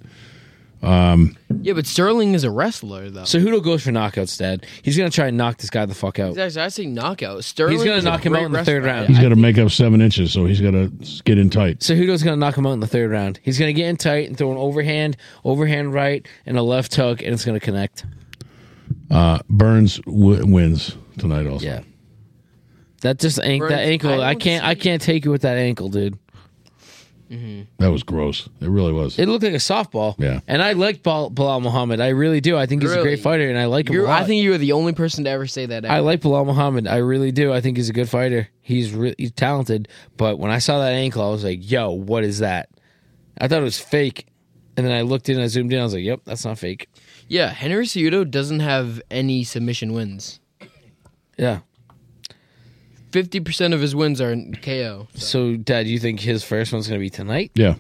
B: yeah, but Sterling is a wrestler though.
A: Cejudo goes for knockouts, Dad. He's gonna try and knock this guy the fuck out.
B: Exactly, I say knockout. Sterling.
A: gonna
B: is a
A: knock him
B: great
A: out in the third
B: wrestler.
A: round.
C: He's
B: I-
C: got to make up seven inches, so he's got to get in tight.
A: Cejudo's going to knock him out in the third round. He's going to get in tight and throw an overhand, overhand right, and a left hook, and it's going to connect.
C: Burns w- wins tonight. Also,
A: That just an-
B: Burns,
A: that ankle.
B: I
A: I,
B: don't
A: can't. I
B: see-
A: can't take you with that ankle, dude.
C: That was gross. It really was.
A: It looked like a softball.
C: Yeah.
A: And I like Bal- Bilal Muhammad. I really do. I think he's a
B: Really?
A: great fighter, and I like him. a
B: You're,
A: lot.
B: I think you're the only person to ever say that.
A: I
B: ever.
A: like Bilal Muhammad. I really do. I think he's a good fighter. He's re- he's talented. But when I saw that ankle, I was like, "Yo, what is that?" I thought it was fake, and then I looked in. I zoomed in. I was like, "Yep, that's not fake."
B: yeah, Henry Cejudo doesn't have any submission wins.
A: Yeah.
B: Fifty percent of his wins are in KO.
A: So, Dad, you think his first one's gonna be tonight?
C: Yeah.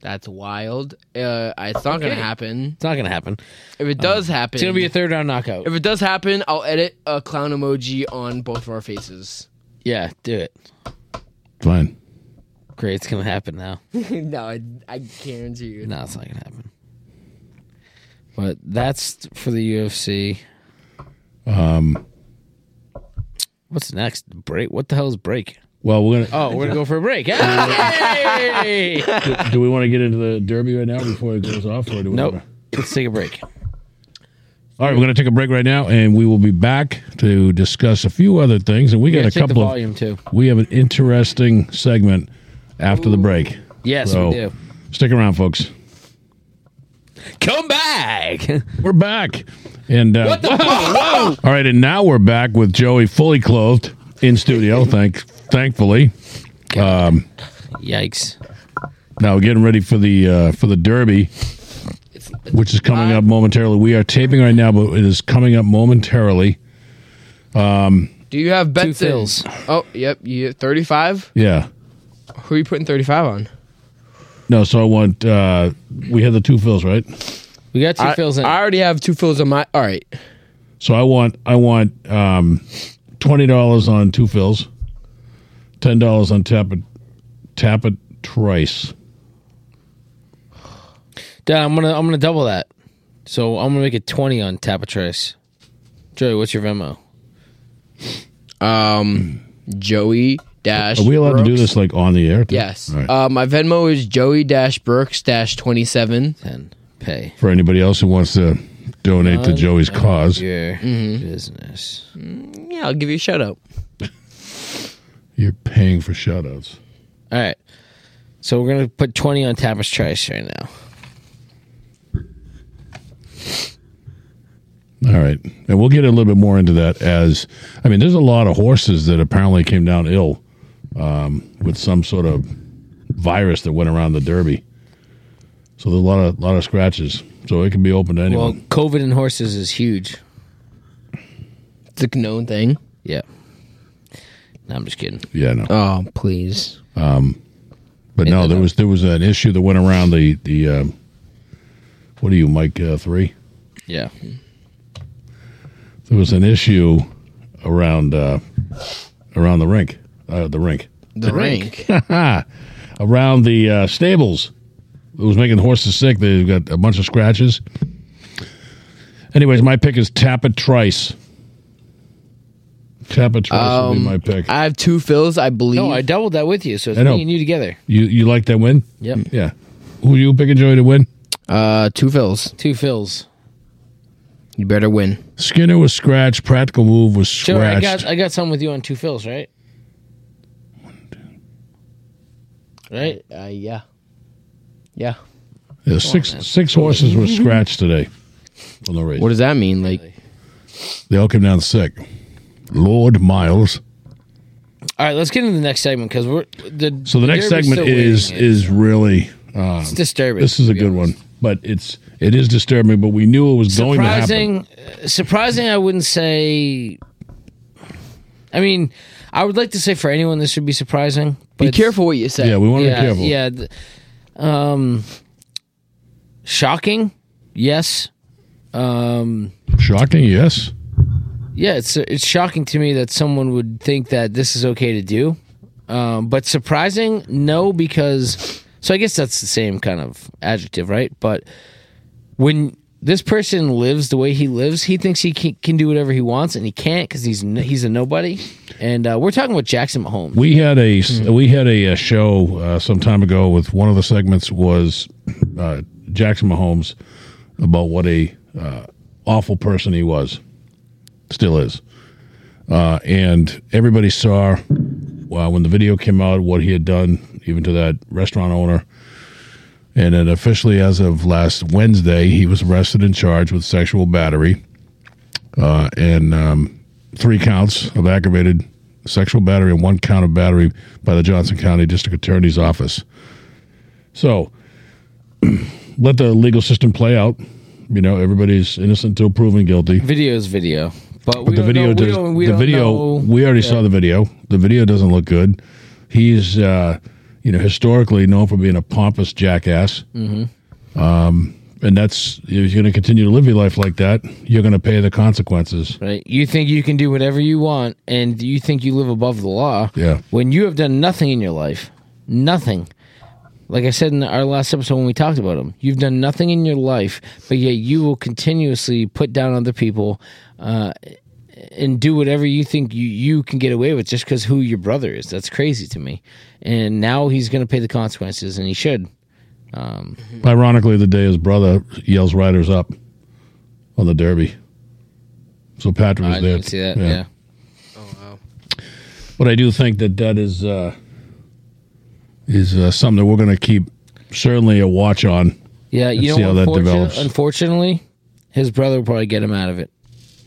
B: That's wild. Uh, it's not gonna
A: Okay.
B: happen.
A: It's not gonna happen.
B: If it does happen,
A: It's gonna be a third round knockout.
B: if it does happen, I'll edit a clown emoji on both of our faces.
A: Yeah, do it.
C: Fine.
A: Great, it's gonna happen now.
B: no, I, I guarantee you.
A: No, it's not gonna happen. But that's for the UFC.
C: Um,
A: What's next? Break? What the hell is break?
C: well, we're gonna.
A: Oh, we're gonna go for a break. Hey!
C: do, do we want to get into the derby right now before it goes off, or do we?
A: nope.
C: wanna-
A: Let's take a break.
C: All right, we're gonna take a break right now, and we will be back to discuss a few other things, and we
A: Yeah,
C: got a
A: check the
C: couple of.
A: volume too.
C: We have an interesting segment after the break.
A: Yes,
C: So
A: we do.
C: stick around, folks.
A: Come back.
C: We're back, and uh, All right, and now we're back with Joey fully clothed in studio. Thank, thankfully.
A: Yikes.
C: Now getting ready for the uh, for the Derby, which is coming up momentarily. We are taping right now, but it is coming up momentarily.
B: Do you have bets? in?
A: fills.
B: Oh, yep. You thirty-five.
C: Yeah.
B: Who are you putting thirty-five on?
C: No, so I want uh, we had the two fills, right?
A: We got two
B: I,
A: fills in.
B: I already have two fills on my. All right.
C: So I want I want um, twenty dollars on two fills, ten dollars on tap tap it trice.
A: Dad, I'm gonna I'm gonna double that. So I'm gonna make it twenty on Tapatrice. Joey, what's your Venmo?
B: Um, Joey dash.
C: Are we allowed to do
B: Brooks.
C: this like on the air?
B: Yes.
C: All right.
B: Uh, my Venmo is Joey dash Brooks dash twenty-seven.
A: Ten. Pay.
C: For anybody else who wants to donate to Joey's cause,
A: Your
C: Mm-hmm.
A: business.
B: Yeah, I'll give you a shout out.
C: you're paying for shout outs.
A: All right. So we're gonna put twenty on Tapatrice right now.
C: All right. And we'll get a little bit more into that as I mean, there's a lot of horses that apparently came down ill um, with some sort of virus that went around the Derby. So there's a lot of lot of scratches. So it can be open to
A: Well,
C: anyone.
A: COVID in horses is huge.
B: It's a known thing.
A: Yeah. No, I'm just kidding.
C: yeah, no.
B: Oh, please.
C: But no, there was there was an issue that went around the the um, what are you, Mike uh, three?
A: Yeah.
C: There was an issue around uh, around the rink, uh, the rink,
B: The, rank.
C: around the uh, stables. It was making the horses sick. They've got a bunch of scratches. Anyways, my pick is Tappa Trice. Tappa Trice would
A: Um,
C: be my pick.
B: I have two fills, I believe.
A: No, I doubled that with you, so it's
C: I know.
A: me and you together.
C: you you like that win?
A: Yep.
C: Yeah. Who you picking, Joey, to win?
B: uh, two fills.
A: Two fills.
B: You better win.
C: Skinner was scratched. Practical Move was
A: Joey, I
C: scratched.
A: got I got some with you on two fills, right? Right?
B: Uh, yeah. Yeah.
C: Yeah, six six horses were scratched today on the race.
B: What does that mean? Like,
C: they all came down sick. Lord Miles.
A: All right, let's get into the next segment because we're the
C: So the
A: Derby's
C: next segment
A: still waiting.
C: is is really
A: it's disturbing.
C: this is
A: to
C: a
A: be
C: good
A: honest.
C: one, but it's it is disturbing. But we knew it was going to happen.
A: surprising uh, surprising i wouldn't say i mean i would like to say for anyone this would be surprising but
B: be careful what you say.
C: Yeah, we want to
A: yeah,
C: be careful.
A: yeah th- um shocking yes um
C: Shocking, yes.
A: yeah it's it's shocking to me that someone would think that this is okay to do um but surprising no because so i guess that's the same kind of adjective right but when this person lives the way he lives, he thinks he can, can do whatever he wants, and he can't because he's n- he's a nobody. And uh, we're talking about Jackson Mahomes.
C: We had a we had a, uh show uh, some time ago with one of the segments was uh, Jackson Mahomes about what a uh, awful person he was, still is, uh, and everybody saw uh, when the video came out what he had done even to that restaurant owner. And then officially, as of last Wednesday, he was arrested and charged with sexual battery uh, and um, three counts of aggravated sexual battery and one count of battery by the Johnson County District Attorney's Office. So let the legal system play out. You know, everybody's innocent until proven guilty.
A: Video's video, but, we
C: But the video
A: know, we
C: does.
A: don't, we
C: the
A: don't
C: video.
A: know-
C: We already saw the video. The video doesn't look good. He's, uh, you know, historically known for being a pompous jackass. Mm-hmm. Um, and that's if you're going to continue to live your life like that, you're going to pay the consequences.
A: Right? You think you can do whatever you want, and you think you live above the law.
C: Yeah.
A: When you have done nothing in your life, nothing. Like I said in our last episode when we talked about him, you've done nothing in your life, but yet you will continuously put down other people, uh, and do whatever you think you, you can get away with just because who your brother is. That's crazy to me. And now he's going to pay the consequences, and he should.
C: Ironically, the day his brother yells "Riders up" on the Derby, so Patrick was
A: I
C: there.
A: didn't see that. Yeah.
B: Oh wow.
C: But I do think that that is uh, is uh, something that we're going to keep certainly a watch on.
A: Yeah. You
C: see
A: know,
C: how that
A: unfortunate-
C: develops.
A: unfortunately, his brother will probably get him out of it.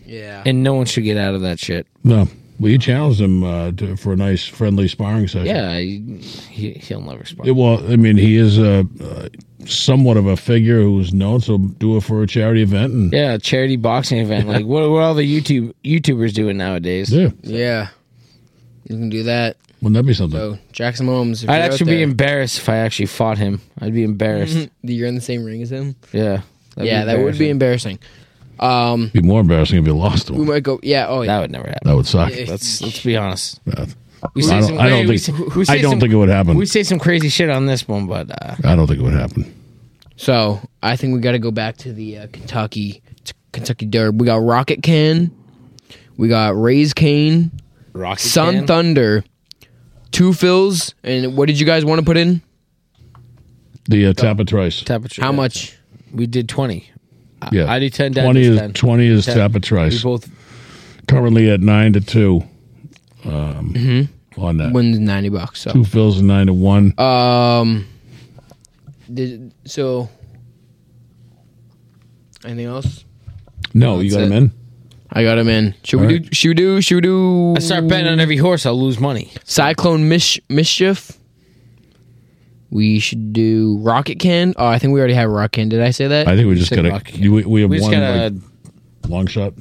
B: Yeah.
A: and no one should get out of that shit.
C: No, well, you challenged him uh, to, for a nice friendly sparring session.
A: Yeah, he, he- he'll never spark.
C: It- well, I mean, he is a, uh, somewhat of a figure who's known, so do it for a charity event. And,
A: yeah, charity boxing event. Like what, what all the YouTube YouTubers doing nowadays?
C: yeah,
B: yeah. You can do that.
C: wouldn't that be something?
B: So Jackson Mahomes. If
A: I'd
B: you're out
A: actually be
B: there-
A: embarrassed if I actually fought him. I'd be embarrassed.
B: You're in the same ring as him.
A: yeah. That'd
B: Mm-hmm. yeah, that would
A: embarrassing.
B: be embarrassing. Um,
C: It'd be more embarrassing if you lost
B: we
C: him.
B: might go. Yeah. Oh,
A: That
B: yeah.
A: would never happen.
C: That would suck.
B: Yeah.
A: Let's let's be honest.
C: Yeah.
A: We
C: I don't, I don't
A: we say-
C: think.
A: we say
C: I don't
A: some-
C: think it would happen.
A: we say some crazy shit on this one, but uh,
C: I don't think it would happen.
B: So I think we got to go back to the uh, Kentucky t- Kentucky Derby. We got Rocket Can. We got Raise Cane.
A: Rocky
B: Sun
A: Sun
B: Thunder. Two fills. And what did you guys want to put in?
C: The uh, Tapatrice.
A: temperature.
B: How much?
A: We did twenty.
C: yeah,
A: I do 10, Dan
C: Twenty
A: does
C: is
A: 10.
C: twenty is
A: Ten. We
C: Tapatrice.
A: both
C: Currently at nine to two.
A: Mm-hmm.
C: Um, on that
B: Wins 90 bucks. So.
C: two fills and nine to one.
A: Uh,
B: Um. Did, so. Anything else?
C: no, you got
B: that's
C: him
B: it.
C: in.
B: I got him in. Should we
C: All
B: do? Should we do? Should we do?
A: I start betting on every horse, I'll lose money.
B: Cyclone Mish- Mischief. We should do Rocket Can. Oh, I think we already have Rocket Can. Did I say that?
C: I think we just
A: said
C: gotta.
A: Rocky.
C: You, we, we have
A: We just
C: one
A: gotta
C: like, long shot.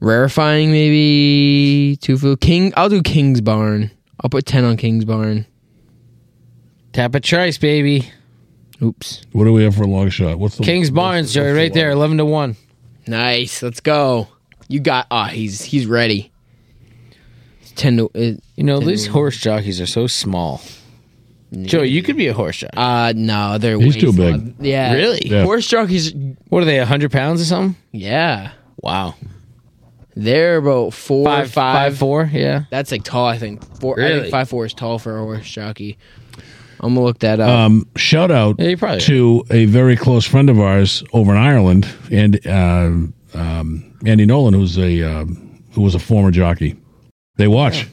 B: Rarifying, maybe. Tufu. King. I'll do King's Barn. I'll put 10 on King's Barn.
A: tap a trice, baby.
B: Oops.
C: What do we have for a long shot? What's the
A: Kings
C: what's-
A: Barnes,
C: what's
A: Joey,
C: the
A: right there,
C: long-
A: eleven to one.
B: Nice. Let's go. You got. Ah, he's he's ready. It's 10 to. It,
A: You know,
B: Ten
A: these
B: to
A: horse jockeys are so small. Joey, you could be a horse jockey.
B: uh, no, they're
C: He's
B: way
C: too
B: small.
C: big.
B: Yeah.
A: Really?
C: Yeah.
B: Horse jockeys.
A: What are they, 100 pounds or something?
B: Yeah.
A: Wow.
B: They're about four
A: Five, five,
B: five
A: four. Yeah.
B: That's like tall, I think. Four, I
A: Really?
B: think five four is tall for a horse jockey. I'm gonna look that up.
C: Um, shout out
A: Yeah, you probably-
C: to a very close friend of ours over in Ireland, and um um, Andy Nolan, who's a um, who was a former jockey. They watch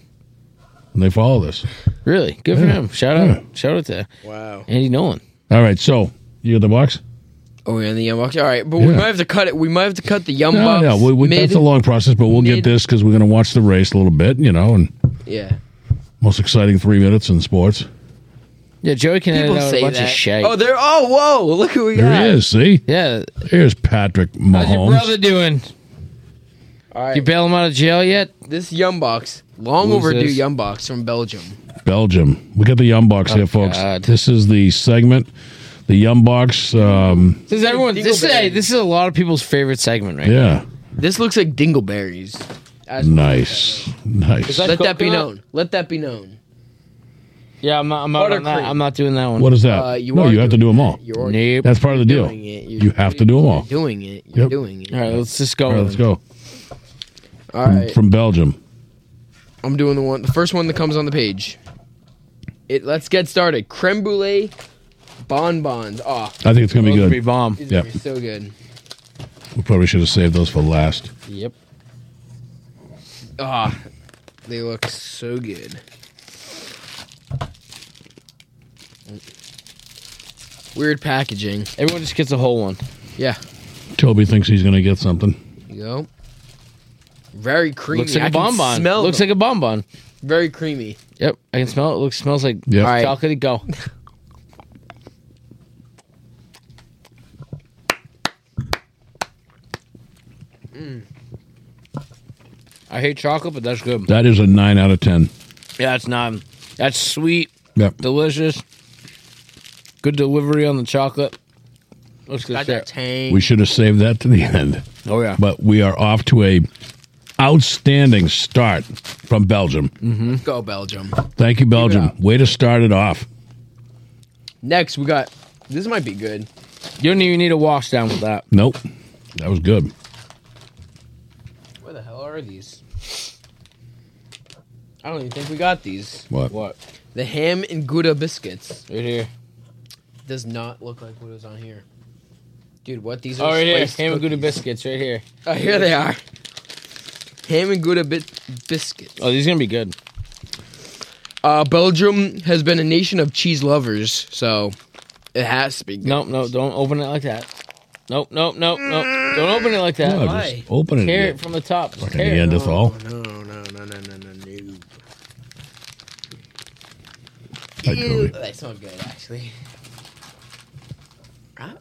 C: and they follow this.
A: Really? Good for
C: Yeah.
A: him. Shout out. Shout out to
B: wow.
A: Andy Nolan.
C: All right, so you got the box.
B: Oh, we're in the yum box. All right, but
C: Yeah.
B: we might have to cut it. We might have to cut the yum
C: No,
B: box.
C: no, we, we,
B: mid.
C: that's a long process, but we'll get
B: mid-
C: this because we're going to watch the race a little bit, you know, and
B: yeah.
C: most exciting three minutes in sports.
A: Yeah, Joey can
B: People
A: edit out a
B: say
A: bunch
B: that.
A: of shit.
B: Oh, there. Oh, whoa! Look who we
C: There
B: got.
C: he is. See,
A: yeah.
C: there's Patrick Mahomes.
A: How's your brother doing?
B: All right.
A: You bail him out of jail yet?
B: this yum box, long
A: Who's
B: overdue
A: this?
B: yum box from Belgium.
C: Belgium. We got the Yum Box here, folks.
A: Oh, God.
C: This is the segment, the Yum Box. Um,
A: This is everyone. This is, hey, this is a lot of people's favorite segment right now.
C: yeah,
B: This looks like dingleberries. As-
C: nice, nice.
A: that-
B: Let that be
A: Coconut?
B: known. Let that be known.
A: Yeah, I'm not, I'm, out on that.
B: Buttercream.
A: I'm not doing that one.
C: What is that?
B: Uh, you
C: no,
B: are
C: you have to
B: doing
C: do them all.
B: You're already
A: nope.
C: That's part of the deal.
B: doing it. You're-
C: You have to do them all.
B: You're doing it. You're
C: Yep.
B: doing it.
A: all right, let's just go.
C: All right, let's go.
B: All right.
C: From Belgium.
B: I'm doing the one, the first one that comes on the page. It. Let's get started. Creme brulee bonbons. Oh,
C: I think it's going to be
A: Those would be
C: good.
A: bomb.
B: these
C: Yep.
B: are so good.
C: We probably should have saved those for last.
A: Yep.
B: Ah, they look so good. Weird packaging.
A: Everyone just gets a whole one.
B: Yeah.
C: Toby thinks he's going to get something.
B: You go. Very creamy.
A: Looks like
B: I
A: a
B: can
A: bonbon.
B: Smell
A: Looks like a bonbon.
B: very creamy.
A: Yep, I can smell it. Looks smells like
C: Yeah. All
B: right.
A: chocolatey go. Mm. I hate chocolate, but that's good.
C: That is a nine out of ten.
A: Yeah, that's not. That's sweet,
C: Yep.
A: delicious. Good delivery on the chocolate. Looks good
B: Got
A: shit.
B: that tang.
C: We should have saved that to the end.
A: Oh yeah.
C: But we are off to a outstanding start from Belgium.
B: Go Belgium.
C: Thank you, Belgium.
B: Mm. up.
C: Way to start it off.
B: Next, we got. This might be good.
A: You don't even need a wash down with that.
C: Nope. That was good.
B: Where the hell are these? I don't even think we got these.
C: What?
A: What?
B: The ham and Gouda biscuits
A: Right here.
B: does not look like what was on here. Dude, what these are?
A: Oh, right here.
B: spiced
A: Ham and Gouda
B: cookies.
A: biscuits right here.
B: Oh, here they are. Ham and Gouda bit biscuits.
A: Oh, these are gonna be good.
B: Uh, Belgium has been a nation of cheese lovers, so it has to be. Good.
A: Nope, no, don't open it like that. Nope, nope, nope, nope. Don't open it like that.
C: Oh,
B: why?
C: just open it.
A: Tear
C: yeah.
A: it from the top. Just
C: Fucking
A: tear it.
C: Neanderthal.
B: No, no, no, no, no, no, no.
C: Hi, Toby.
B: They smell good, actually. Ah,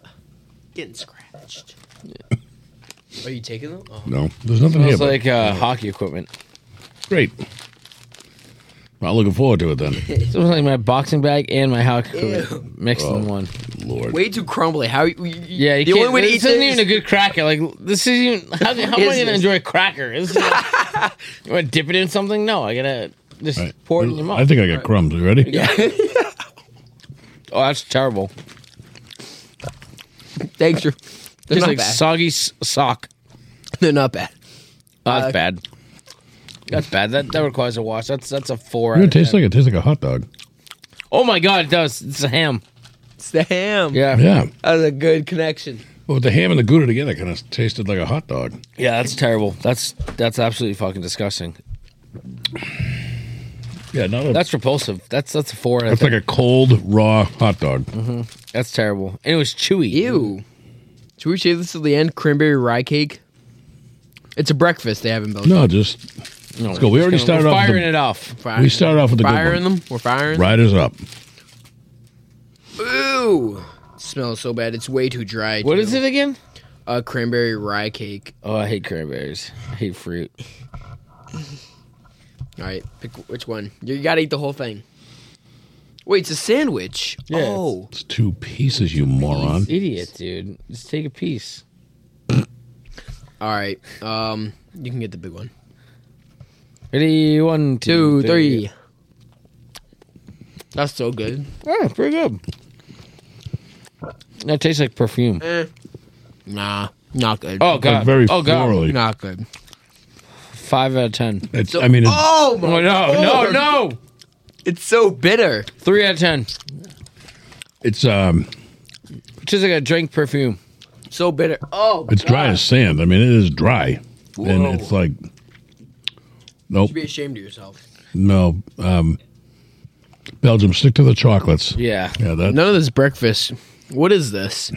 B: Getting scratched. Are you taking them? Oh.
C: No, there's nothing here.
A: Smells
C: but-
A: like uh, hockey equipment.
C: Great. Not looking forward to it then.
A: It was like my boxing bag and my hockey equipment
B: Ew.
A: mixed in
C: Oh.
A: one.
C: Lord.
B: Way too crumbly. How? You, you-
A: Yeah, you
B: the
A: can't,
B: only way to eat
A: this isn't
B: this.
A: even a good cracker. Like this isn't. Even, how, how am I
B: is
A: gonna
B: this?
A: enjoy a cracker? This is like- you want to dip it in something? No, I gotta just
C: All right.
A: pour it in your mouth.
C: I think I got crumbs. You ready?
B: yeah.
A: oh, that's terrible.
B: Thanks for. They're
A: It's
B: not
A: like
B: bad.
A: soggy s- sock.
B: They're not bad.
A: Oh, that's
B: Uh,
A: bad. That's bad. That that requires a wash. That's that's a four.
C: You know,
A: out
C: it
A: of
C: tastes
A: 10.
C: like it tastes like a hot dog.
A: Oh my god, it does. It's a ham.
B: It's the ham.
A: Yeah.
C: Yeah.
B: That was a good connection.
C: Well, with the ham and the gouda together, kind of tasted like a hot dog.
A: Yeah, that's terrible. That's that's absolutely fucking disgusting.
C: Yeah, not a. That's,
A: That's repulsive. That's that's a four. That's,
C: like a cold raw hot dog.
A: that's terrible. And it was chewy.
B: Ew. Should we shave this to the end? Cranberry rye cake. It's a breakfast they have in Belgium.
C: No, just
A: No,
C: go. We
A: we're
C: already
A: just gonna-
C: started
A: we're
C: off with
A: firing
C: the-
A: it off.
B: Fire-
C: we start off with the good
B: firing
C: one.
B: them. We're firing.
C: riders up.
B: Ooh, smells so bad. It's way too dry.
A: What
B: too.
A: is it again?
B: A cranberry rye cake.
A: Oh, I hate cranberries. I hate fruit.
B: All right, pick which one. You gotta eat the whole thing. Wait, it's a sandwich.
A: Yeah, it's-
B: oh,
C: It's two pieces, you moron.
A: Idiot, dude. Just take a piece.
B: all right. Um, you can get the big one.
A: Ready? One,
B: Two,
A: two,
B: three. That's so good.
A: Yeah, Ah, pretty good. That tastes like perfume.
B: Eh. Nah, not good.
A: Oh god.
C: Like very
A: oh god.
C: florally.
B: not good.
A: Five out of ten.
C: It's, I mean, it's,
B: Oh my!
A: Oh no, no,
B: Lord.
A: no.
B: It's so bitter.
A: Three out of ten.
C: it's um,
A: It's just like a drink perfume.
B: So bitter. Oh,
C: it's dry
B: God.
C: as sand. I mean, it is dry, and it's like, nope,
B: You should be ashamed of yourself.
C: no. Um, Belgium, stick to the chocolates.
A: Yeah.
C: Yeah, that
B: None of this breakfast. What is this?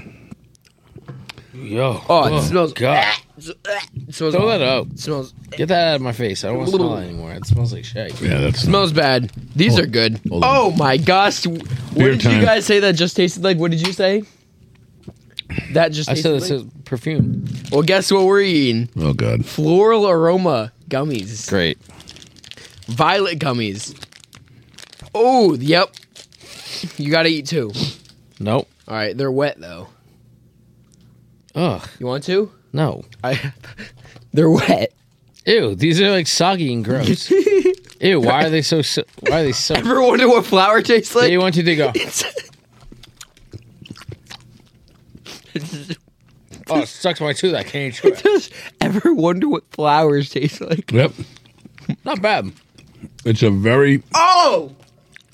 A: Yo.
B: Oh, it smells.
A: God.
B: It smells.
A: Throw that out.
B: It smells. It
A: Get that out of my face. I don't want to smell it anymore. It smells like shit.
C: Yeah, that's
B: smells bad. These are good.
C: Hold on.
B: Oh my gosh! What
C: Beer
B: did
C: time.
B: you guys say that just tasted like? What did you say? That just.
A: I
B: Tasted
A: said
B: like?
A: this is perfume.
B: well, guess what we're eating?
C: Oh god.
B: Floral aroma gummies.
A: Great.
B: Violet gummies. Oh, yep. You gotta eat two.
A: Nope.
B: All right, they're wet though.
A: Ugh.
B: You want to?
A: No.
B: I. they're wet.
A: Ew. These are like soggy and gross. Ew. Why are they so? so why are they so?
B: Ever wonder what flour tastes like?
A: They want you to go. Oh, it sucks my tooth. I can't chew it.
B: Does ever wonder what flowers taste like?
C: Yep.
A: Not bad.
C: It's a very
B: Oh,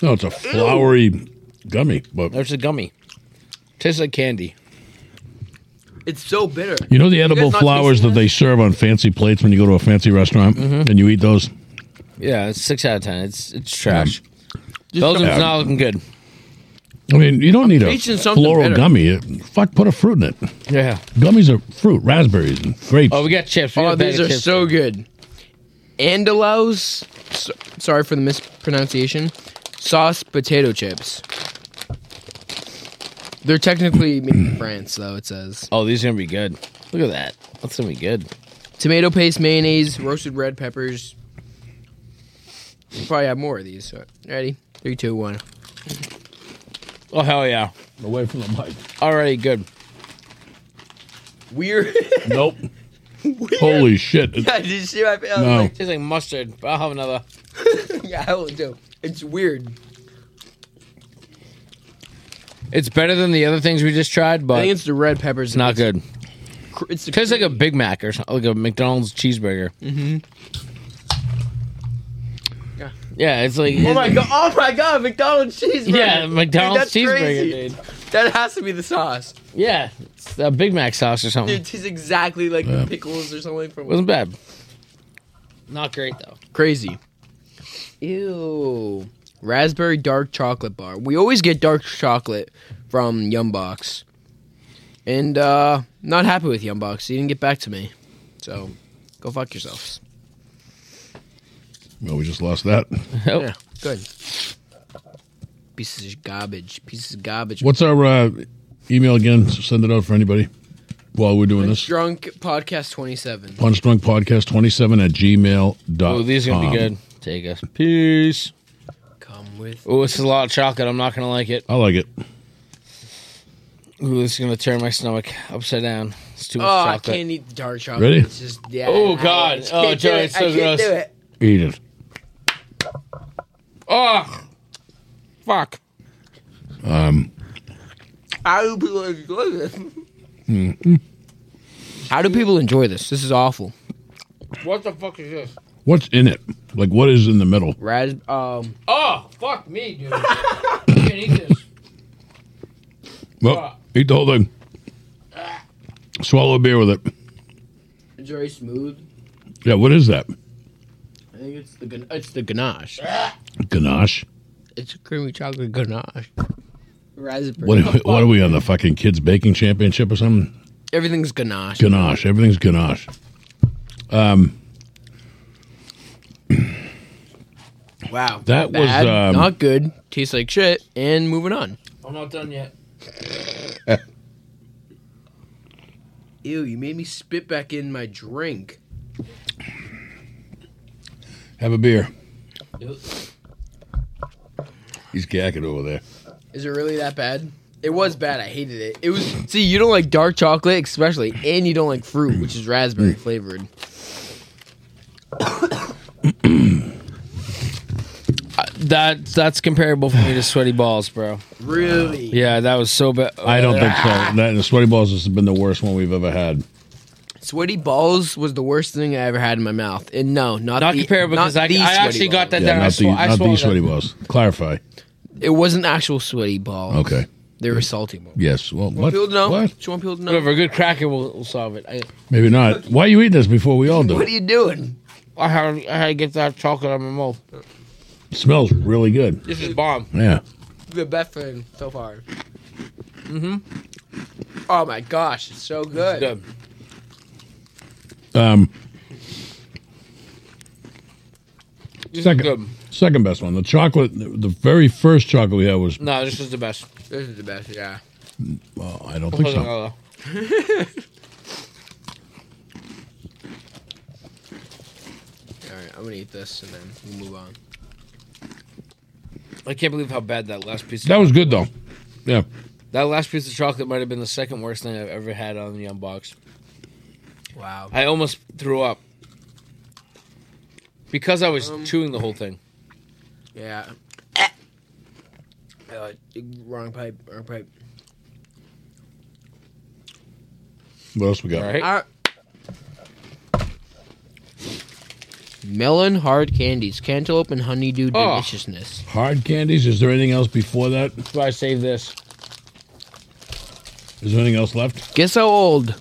C: no. It's a flowery gummy, but
A: There's a gummy. Tastes like candy.
B: it's so bitter.
C: you know the edible
B: not
C: flowers
B: tasting
C: that they serve on fancy plates when you go to a fancy restaurant and you eat those.
A: Mm. Yeah. It's six out of ten. It's it's trash. Belgium's
C: Yeah.
A: not looking good.
C: I mean, you don't need a
B: preaching something
C: floral
B: better.
C: gummy. It- Fuck, put a fruit in it.
A: Yeah.
C: Gummies are fruit, raspberries, and grapes.
A: Oh, we got chips. We
B: Oh,
A: got a bag
B: these
A: of
B: are
A: chips.
B: so good. Andalos, s sorry for the mispronunciation, sauce potato chips. They're technically made in France, though, it says.
A: Oh, these are gonna be good. Look at that. That's gonna be good.
B: Tomato paste, mayonnaise, roasted red peppers. Probably have more of these. So. Ready? Three, two, one.
A: Oh hell yeah.
C: Away from the mic.
A: Already good.
B: Weird.
C: Nope. Holy shit. It's-
B: Did you see my face? I was
C: No.
B: like,
A: Tastes like mustard. But I'll have another.
B: yeah, I will do. It's weird.
A: It's better than the other things we just tried,
B: I
A: but
B: think
A: it's
B: it's the red peppers.
A: not good.
B: Cr- It's the
A: Tastes like a Big Mac or something, like a McDonald's cheeseburger. Mm-hmm.
B: Yeah.
A: Yeah, it's like
B: Oh my god! Oh my god! McDonald's cheeseburger.
A: Yeah, McDonald's
B: Dude,
A: cheeseburger,
B: that's crazy.
A: dude.
B: That has to be the sauce.
A: Yeah, it's a Big Mac sauce or something.
B: Dude, it tastes exactly like
C: Yeah.
B: pickles or something from
A: Mm. Wasn't bad. Not great though.
B: crazy. Ew. Raspberry dark chocolate bar. We always get dark chocolate from Yumbox, and uh not happy with Yumbox. He didn't get back to me, so go fuck yourselves.
C: Oh, we just lost that.
A: Oh,
B: Yeah, good. Pieces of garbage. Pieces of garbage.
C: What's our uh, email again? Send it out for anybody while we're doing this.
B: Drunk podcast twenty seven.
C: Punch Drunk Podcast 27 at gmail.com.
A: Oh. Ooh, these are gonna
C: Um,
A: be good. Take us. Peace.
B: Come with.
A: Oh, this is a lot of chocolate. I'm not gonna like it.
C: I like it.
A: Ooh, this is gonna turn my stomach upside down. It's too much
B: Oh, I
A: chocolate.
B: can't eat dark chocolate.
C: Ready?
B: It's just yeah.
A: Oh,
B: I-
A: God.
B: I just
A: Oh,
B: can't do
A: Joey,
B: it.
A: it's
B: I
A: so
B: can't
A: gross.
B: do it.
C: Eat it.
A: Oh, fuck.
B: How do people enjoy this? Mm-hmm. How do people enjoy this? This is awful.
A: What the fuck is this?
C: What's in it? Like, what is in the middle?
B: Raz, um,
A: Oh, fuck me, dude. I can't eat this.
C: Well, eat the whole thing. Swallow a beer with it.
B: it's very smooth.
C: Yeah, what is that?
B: I think it's the gan- it's the ganache.
C: Ganache?
B: It's a creamy chocolate ganache. Raspberry.
C: What, what are we on the fucking kids baking championship or something?
B: Everything's ganache.
C: Ganache. Everything's ganache.
B: wow,
C: That was,
B: Bad,
C: um,
B: not good. Tastes like shit. And moving on.
A: I'm not done yet.
B: Ew, you made me spit back in my drink.
C: Have a beer. He's gagging over there.
B: Is it really that bad? It was bad. I hated it. It was. See, you don't like dark chocolate, especially, and you don't like fruit, which is raspberry flavored.
A: That that's comparable for me to sweaty balls, bro.
B: Really?
A: Yeah, that was so bad. Uh,
C: I don't think so. That, the sweaty balls has been the worst one we've ever had.
B: Sweaty balls was the worst thing I ever had in my mouth. And no, not
A: Not
B: the,
A: comparable
B: not
A: because I, I
B: the sweaty
A: actually got that
B: balls.
C: Yeah,
A: down. I,
C: not
A: sw-
C: the
A: I swallowed
C: not these sweaty
A: it.
C: balls. Clarify.
B: It wasn't actual sweaty balls.
C: Okay.
B: They were salty balls.
C: Yes. Well,
B: Want
C: what?
B: people to know?
C: What?
B: Just want people to know?
A: Whatever, a good cracker will, will solve it. I,
C: Maybe not. Why are you eating this before we all do?
B: What are
C: It
B: you doing?
A: I had I had to get that chocolate out of my mouth.
C: smells really good.
A: This is bomb.
C: Yeah.
B: The best thing so far. Mm-hmm. Oh my gosh, it's so good.
A: Good.
C: Um,
A: This
C: Second.
A: is good.
C: second best one. The chocolate. The very first chocolate we had was.
A: No, this is the best.
B: This is the best, yeah.
C: Well, I don't think so.
B: All right, I'm gonna eat this and then we'll move on.
A: I can't believe how bad that last piece. Of
C: That was good though. Yeah.
A: That last piece of chocolate might have been the second worst thing I've ever had on the unbox.
B: Wow.
A: I almost threw up because I was
B: Um,
A: chewing the whole thing.
B: Yeah. Uh, wrong pipe. Wrong pipe.
C: What else we got?
A: All right,
B: Ah. Melon hard candies, cantaloupe and honeydew
A: Oh.
B: deliciousness.
C: Hard candies. Is there anything else before that?
A: that's why I saved this.
C: Is there anything else left?
B: Guess how old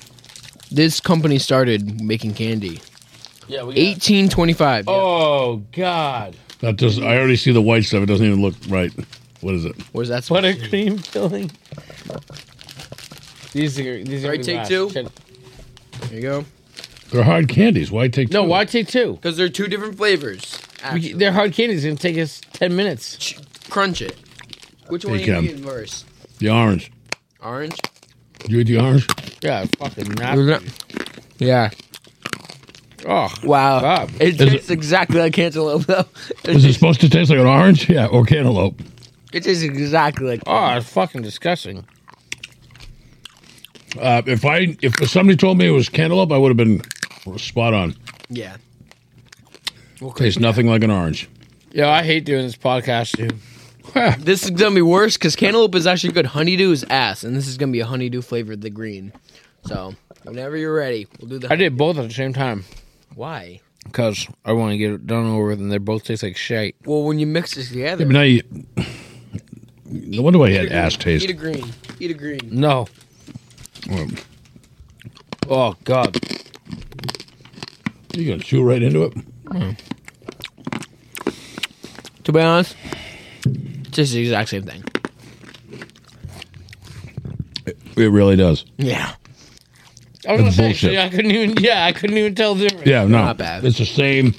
B: this company started making candy?
A: Yeah, we
B: 1825. yeah.
A: Oh God!
C: That does. I already see the white stuff. It doesn't even look right. What is it?
B: Where's that? supposed to be?
A: Buttercream filling. These are these are
B: Right,
A: gonna be
B: take
A: last.
B: two? There you go.
C: They're hard candies. Why take
A: No,
C: two?
A: why take two?
B: Because they're two different flavors.
A: We,
B: actually.
A: they're hard candies. It's gonna take us ten minutes.
B: Ch- crunch it. Which one are
C: Take,
B: you
C: um,
B: eating first?
C: The orange.
B: Orange.
C: You eat the orange?
A: Yeah, fucking not.
B: Yeah.
A: Oh,
B: Wow.
A: Bob.
B: It
C: Is
B: tastes exactly like cantaloupe though.
C: Is
B: It,
C: it supposed to taste like an orange? Yeah, or cantaloupe.
B: it tastes exactly like.
A: oh, it's fucking disgusting.
C: Uh, if I if somebody told me it was cantaloupe, I would have been spot on.
B: Yeah.
C: Tastes nothing like an orange.
A: Yo, I hate doing this podcast, dude.
B: This is gonna be worse because cantaloupe is actually good. Honeydew is ass, and this is gonna be a honeydew flavored the green. So whenever you're ready, we'll do the.
A: I did both at the same time
B: Why?
A: because I want to get it done over with, and they both taste like shit.
B: Well, when you mix this together.
C: I mean, I no wonder why I had
B: Eat a
C: ass
B: green.
C: taste.
B: Eat a green. Eat a green.
A: No.
C: Um,
A: Oh God.
C: You gonna chew right into it?
B: To be honest, it's just the exact same thing.
C: It really does.
B: Yeah.
A: I was
C: That's
A: gonna
C: bullshit.
A: say, see, I couldn't even. Yeah, I couldn't even tell the difference.
C: Yeah, no,
B: Not bad.
C: It's the same,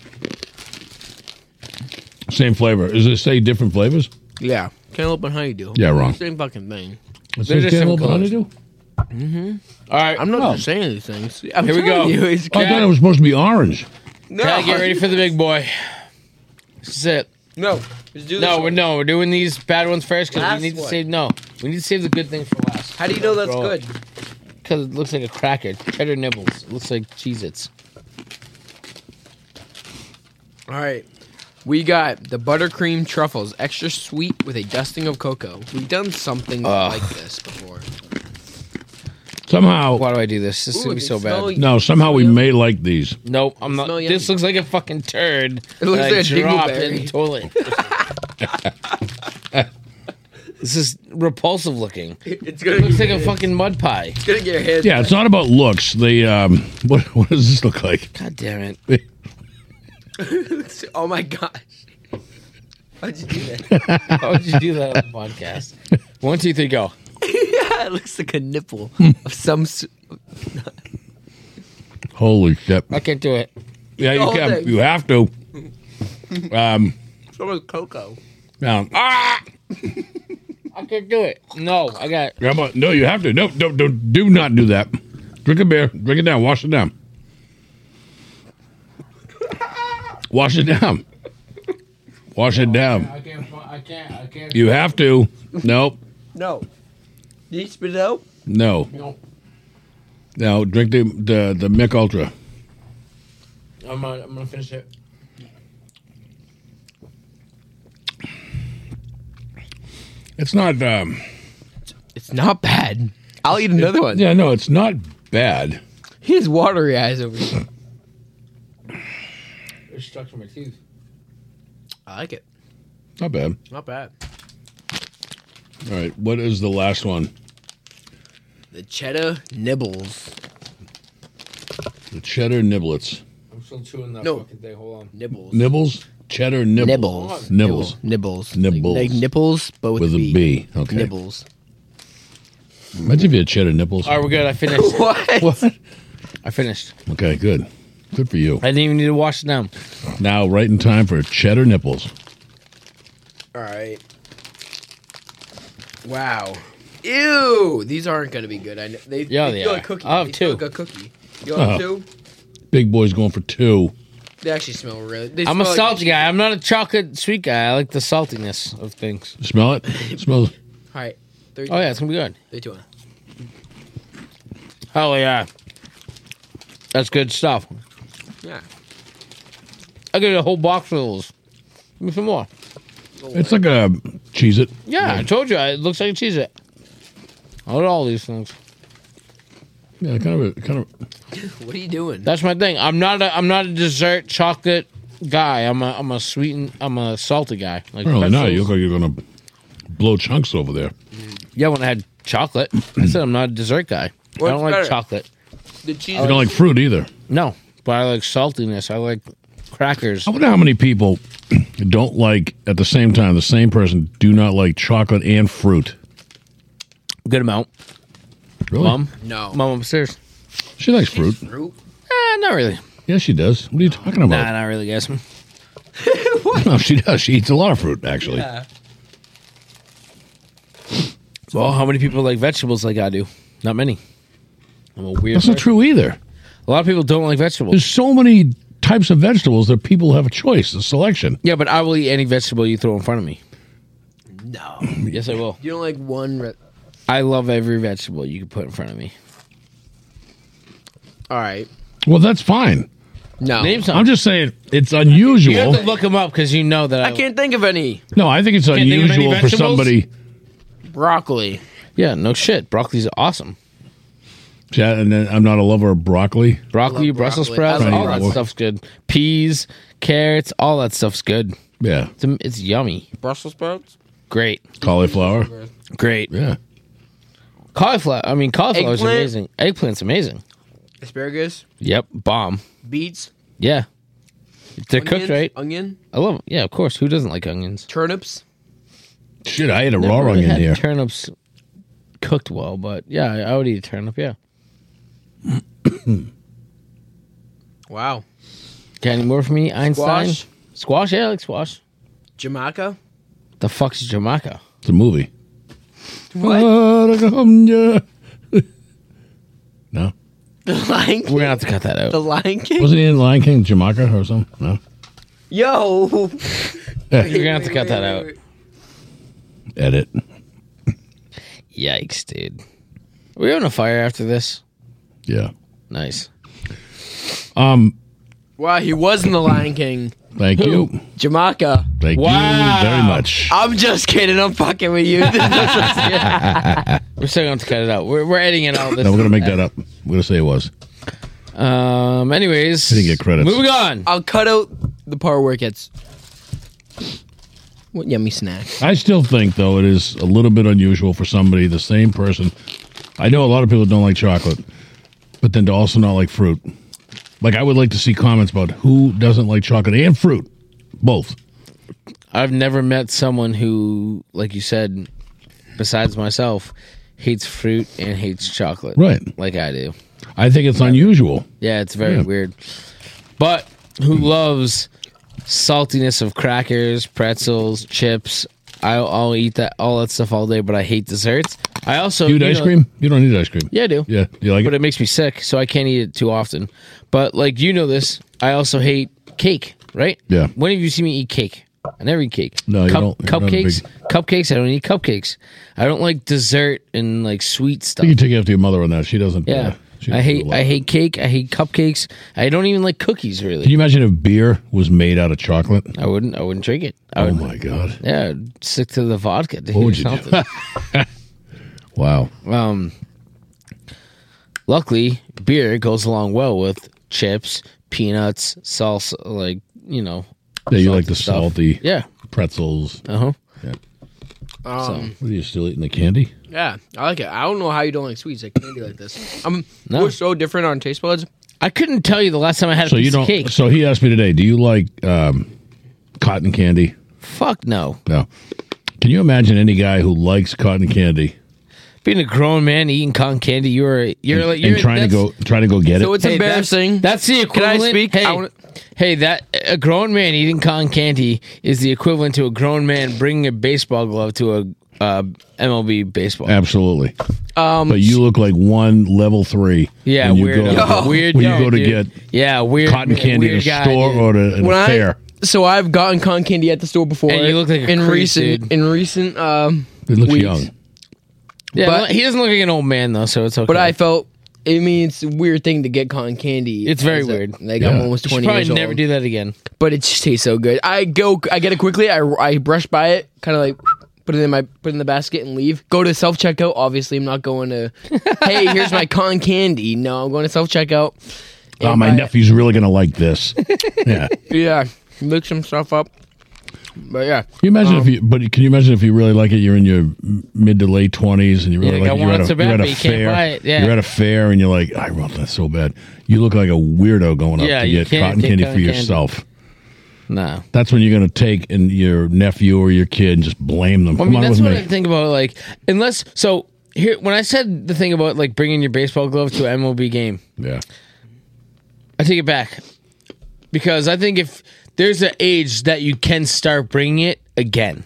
C: same flavor. Is it say different flavors?
B: Yeah. Cantaloupe and honeydew.
C: Yeah, wrong.
B: Same fucking thing.
C: It
A: They're
C: says
A: the same
C: cantaloupe and
A: colors.
C: honeydew?
A: All right,
B: I'm not
C: Oh.
B: just saying these things. I'm
A: Here we
B: telling
A: go.
B: You, it's
C: I thought it was supposed to be orange.
B: no,
A: gotta get ready for the big boy. This is it.
B: No. Just do
A: No,
B: this
A: we're
B: one.
A: no, we're doing these bad ones first because
B: Last
A: we need to
B: one.
A: save. No, we need to save the good thing for last.
B: How do you know that's
A: Bro.
B: good?
A: Because it looks like a cracker. It's Cheddar nibbles. It looks like Cheez-Its.
B: All right. We got the buttercream truffles, extra sweet with a dusting of cocoa. We've done something
A: Ugh.
B: like this before.
C: Somehow,
A: Why do I do this? This is
B: Ooh,
A: gonna be
B: they
A: so bad.
B: smell y-
C: no, somehow we may like these.
A: Nope, I'm not.
B: smell yummy.
A: This looks like a fucking turd.
B: It looks
A: that I
B: like a
A: dropped
B: dingleberry.
A: in the toilet. this is repulsive looking. It
B: It's gonna
A: looks
B: get,
A: like a fucking mud pie.
B: it's gonna get your head.
C: Yeah, it's not about looks. The um, what what does this look like?
A: God damn it!
B: Oh my gosh. How'd you do that?
A: How would you do that on the podcast? One, two, three, go.
B: yeah, it looks like a nipple of some. s-
C: Holy shit!
A: I can't do it.
C: Yeah,
B: the
C: you
B: whole
C: can.
B: thing.
C: You have to. Um,
B: Some of cocoa.
C: now, ah,
A: I can't do it. No, I got.
C: How about- no, you have to. No, don't, don't, do not do that. Drink a beer. Drink it down. Wash it down. Wash it down. Wash it down.
A: can't. I can't. I can't.
C: You have to. Nope.
B: No. Did you spit it out?
C: No.
A: No.
C: No. Drink the the the Mick Ultra.
A: I'm gonna, I'm gonna finish it.
C: It's not. Um,
B: It's not bad. I'll eat another one.
C: yeah. No. It's not bad.
B: He has watery eyes over here.
A: It stuck to my teeth.
B: I like it.
C: Not bad.
B: Not bad.
C: All right. What is the last one?
B: The cheddar nibbles.
C: The cheddar niblets.
A: I'm still chewing that
B: No.
A: fucking thing. Hold on.
B: Nibbles.
C: Nibbles. Cheddar nibbles.
B: Nibbles.
C: Nibbles.
B: Nibbles.
C: Nibbles.
B: Like, like nipples, but with,
C: With a
B: B.
C: B. Okay.
B: Nibbles.
C: Imagine if you had cheddar nipples.
A: All right, we're good. I finished.
B: What?
C: What?
A: I finished.
C: Okay, good. Good for you.
A: I didn't even need to wash it down.
C: Now, right in time for cheddar nipples.
B: All right. Wow. Ew. These aren't going to be good. I know. They,
A: Yeah,
B: they
A: they
B: feel
A: are.
B: like cookie.
A: I'll have
B: they feel
A: two.
B: like a cookie. You have
C: Uh-huh.
B: two?
C: Big boy's going for two.
B: They actually smell really. They
A: I'm a
B: smell
A: salty
B: like,
A: guy. I'm not a chocolate sweet guy. I like the saltiness of things.
C: Smell it? It smells.
B: All right. Three,
A: Oh yeah, it's gonna be good.
B: Three, two, one.
A: Hell yeah, that's good stuff.
B: Yeah.
A: I get a whole box of those. Give me some more.
C: It's like a cheese it.
A: Yeah, I told you. I- It looks like a cheese it. I love all these things.
C: Yeah, kind of. A, kind of.
B: What are you doing?
A: That's my thing. I'm not a I'm not a dessert chocolate guy. I'm a I'm a sweet and I'm a salty guy. Like
C: Apparently not.
A: pretzels.
C: You look like Oh, you're gonna blow chunks over there.
A: Yeah, when I had chocolate, I said I'm not a dessert guy. I
B: What's
A: don't like
B: better?
A: chocolate.
B: The cheese.
C: You don't like fruit either.
A: No, but I like saltiness. I like crackers.
C: I wonder how many people don't like at the same time the same person do not like chocolate and fruit.
A: Good amount.
C: Really?
A: Mom?
B: No.
A: Mom upstairs?
C: She likes fruit.
B: Fruit?
A: Eh, not really.
C: Yeah, she does. What are you talking
A: Nah,
C: about?
A: not really, guys.
C: No, she does. She eats a lot of fruit actually.
A: Well, how many people like vegetables like I do? Not many. I'm a weird
C: That's not
A: person.
C: true either.
A: A lot of people don't like vegetables.
C: There's so many types of vegetables that people have a choice, a selection.
A: Yeah, but I will eat any vegetable you throw in front of me.
B: No.
A: Yes, I will.
B: You don't like one. Re-
A: I love every vegetable you can put in front of me.
B: All right.
C: Well, that's fine.
B: No.
A: Name some.
C: I'm just saying it's
A: you have
C: unusual.
A: to look them up because you know that I,
B: I can't think of any.
C: No, I think it's
A: think of any
C: unusual for
A: vegetables?
C: somebody.
B: Broccoli.
A: Yeah, no shit. Broccoli's awesome.
C: Yeah, and then I'm not a lover of broccoli.
A: Broccoli,
B: love
A: Brussels sprouts,
B: broccoli. I
C: love
A: all that
C: broccoli.
A: stuff's good. Peas, carrots, all that stuff's good.
C: Yeah,
A: It's, it's yummy.
B: Brussels sprouts?
A: Great.
C: cauliflower.
A: Great.
C: Yeah,
A: Cauliflower. I mean, cauliflower is
B: Eggplant?
A: amazing. Eggplant's amazing.
B: Asparagus?
A: Yep. Bomb.
B: Beets?
A: Yeah. They're cooked
B: onions,
A: right.
B: Onion?
A: I love 'em. Yeah, of course. Who doesn't like onions?
B: Turnips?
C: shit, I ate a raw
A: Never really
C: onion
A: had
C: here.
A: Turnips cooked well, but yeah, I I would eat a turnip. Yeah.
B: Wow.
A: Got any more for me? Einstein.
B: Squash?
A: Squash. Yeah, I like squash.
B: Jamaica?
A: The fuck's Jamaica?
C: It's a movie.
B: What?
C: No,
B: the Lion
A: We're
B: King?
A: gonna have to cut that
B: The
A: out.
B: Lion King?
C: wasn't he in Lion King, Jamaica or something? No,
B: Yo.
A: You're gonna have to cut that out.
C: edit.
A: Yikes, dude. Are we on a fire after this?
C: Yeah,
A: Nice.
B: Wow, he was in The Lion King.
C: thank you,
B: Jamaica.
C: thank
A: Wow.
C: you very much.
B: I'm just kidding. I'm fucking with you.
A: We're still gonna have to cut it out. We're, we're editing it out. This
C: No, we're gonna make that up. We're gonna say it was.
A: Um. Anyways,
C: Didn't get credits.
A: Moving on.
B: I'll cut out the part where it gets. What yummy snack?
C: I still think though it is a little bit unusual for somebody the same person. I know a lot of people don't like chocolate, but then to also not like fruit. Like I would like to see comments about who doesn't like chocolate and fruit, both.
A: I've never met someone who, like you said, besides myself, hates fruit and hates chocolate.
C: Right.
A: Like I do.
C: I think it's unusual.
A: Yeah, it's very
C: Yeah.
A: weird. But who loves saltiness of crackers, pretzels, chips? I, I'll eat that all that stuff all day, but I hate desserts. I also
C: You eat
A: you
C: ice
A: know-
C: cream? You don't eat ice cream.
A: Yeah, I do.
C: Yeah. Do you like
A: but
C: it?
A: it makes me sick, so I can't eat it too often. But like you know this, I also hate cake, right?
C: Yeah.
A: When have you seen me eat cake? I never eat cake.
C: No, you don't. You're not a
A: Cupcakes, cupcakes. I don't eat cupcakes. I don't like dessert and like sweet
C: I
A: stuff.
C: think you take after your mother on that. She doesn't. uh,
A: yeah.
C: she
A: I
C: doesn't do
A: hate
C: a lot.
A: I hate cake. I hate cupcakes. I don't even like cookies really.
C: Can you imagine if beer was made out of chocolate?
A: I wouldn't I wouldn't drink it. I
C: Oh
A: would
C: my god!
A: yeah, I'd stick to the vodka to
C: What
A: or
C: would you
A: something.
C: do? wow.
A: Um, luckily, beer goes along well with chips, peanuts, salsa, like you know.
C: Yeah, you like the
A: stuff.
C: salty
A: Yeah.
C: pretzels.
A: Uh huh.
B: Um,
C: What are you still eating the candy?
B: Yeah, I like it. I don't know how you don't like sweets. Like candy like this. Um,
A: No.
B: We're so different on taste buds.
A: I couldn't tell you the last time I had a
C: So
A: piece
C: you don't.
A: of cake.
C: So he asked me today, do you like um, cotton candy?
A: Fuck no.
C: No. Can you imagine any guy who likes cotton candy
A: Being a grown man eating cotton candy, you're a, you're like
C: and
A: you're
C: trying to
A: that's-
C: go trying to go get
B: So
C: it?
B: it's
A: hey,
B: embarrassing.
A: That's, that's the
B: Can I
A: equivalent.
B: speak?
A: Hey,
B: I wanna-
A: hey, that a grown man eating cotton candy is the equivalent to a grown man bringing a baseball glove to a uh, MLB baseball.
C: Absolutely.
B: um,
C: But you look like one level three.
A: Yeah,
C: when you
A: weird.
C: Go,
A: weird.
C: When you
A: guy,
C: go to
A: dude.
C: get
A: yeah, weird
C: cotton
A: weird
C: candy at a
A: guy,
C: store
A: dude.
C: or at a, at a
B: when I-
C: fair.
B: so I've gotten con candy at the store before.
A: And you look like a
B: in
A: creep,
B: recent
A: dude.
B: in recent. Um,
C: It looks
B: weeks.
C: young.
A: Yeah,
B: But-
A: well, he doesn't look like an old man though, so it's okay.
B: But I felt. I mean, it's a weird thing to get cotton candy.
A: It's very
B: As a-
A: weird.
B: Like
C: Yeah.
B: I'm almost
A: Should
B: twenty
A: probably
B: years old.
A: never do that again.
B: but it just tastes so good. I go, I get it quickly. I, I brush by it, kind of like put it in my put it in the basket and leave. Go to self checkout. Obviously, I'm not going to. hey, here's my con candy. No, I'm going to self checkout.
C: Oh, my nephew's really gonna like this. yeah. Can
B: Yeah, look some stuff up. But yeah,
C: you imagine
A: Um,
C: if you? But can you imagine if you really like it? You're in your m- mid to late twenties, and you really
A: Yeah,
C: like
A: I
C: it. You're
A: want
C: at
A: it
C: a,
A: so bad,
C: you're at a
A: but you can't
C: fair.
A: buy it, yeah.
C: You're at a fair, and you're like, I want that so bad. You look like a weirdo going up
A: Yeah,
C: to
A: you
C: get
A: can't
C: cotton
A: get
C: candy for
A: cotton candy.
C: yourself.
A: No.
C: That's when you're going to take and your nephew or your kid and just blame them.
A: I
C: Come
A: mean,
C: on
A: that's
C: with
A: what
C: me.
A: I think about. Like, unless so here when I said the thing about like bringing your baseball glove to an MLB game,
C: yeah.
A: I take it back because I think if there's an age that you can start bringing it again,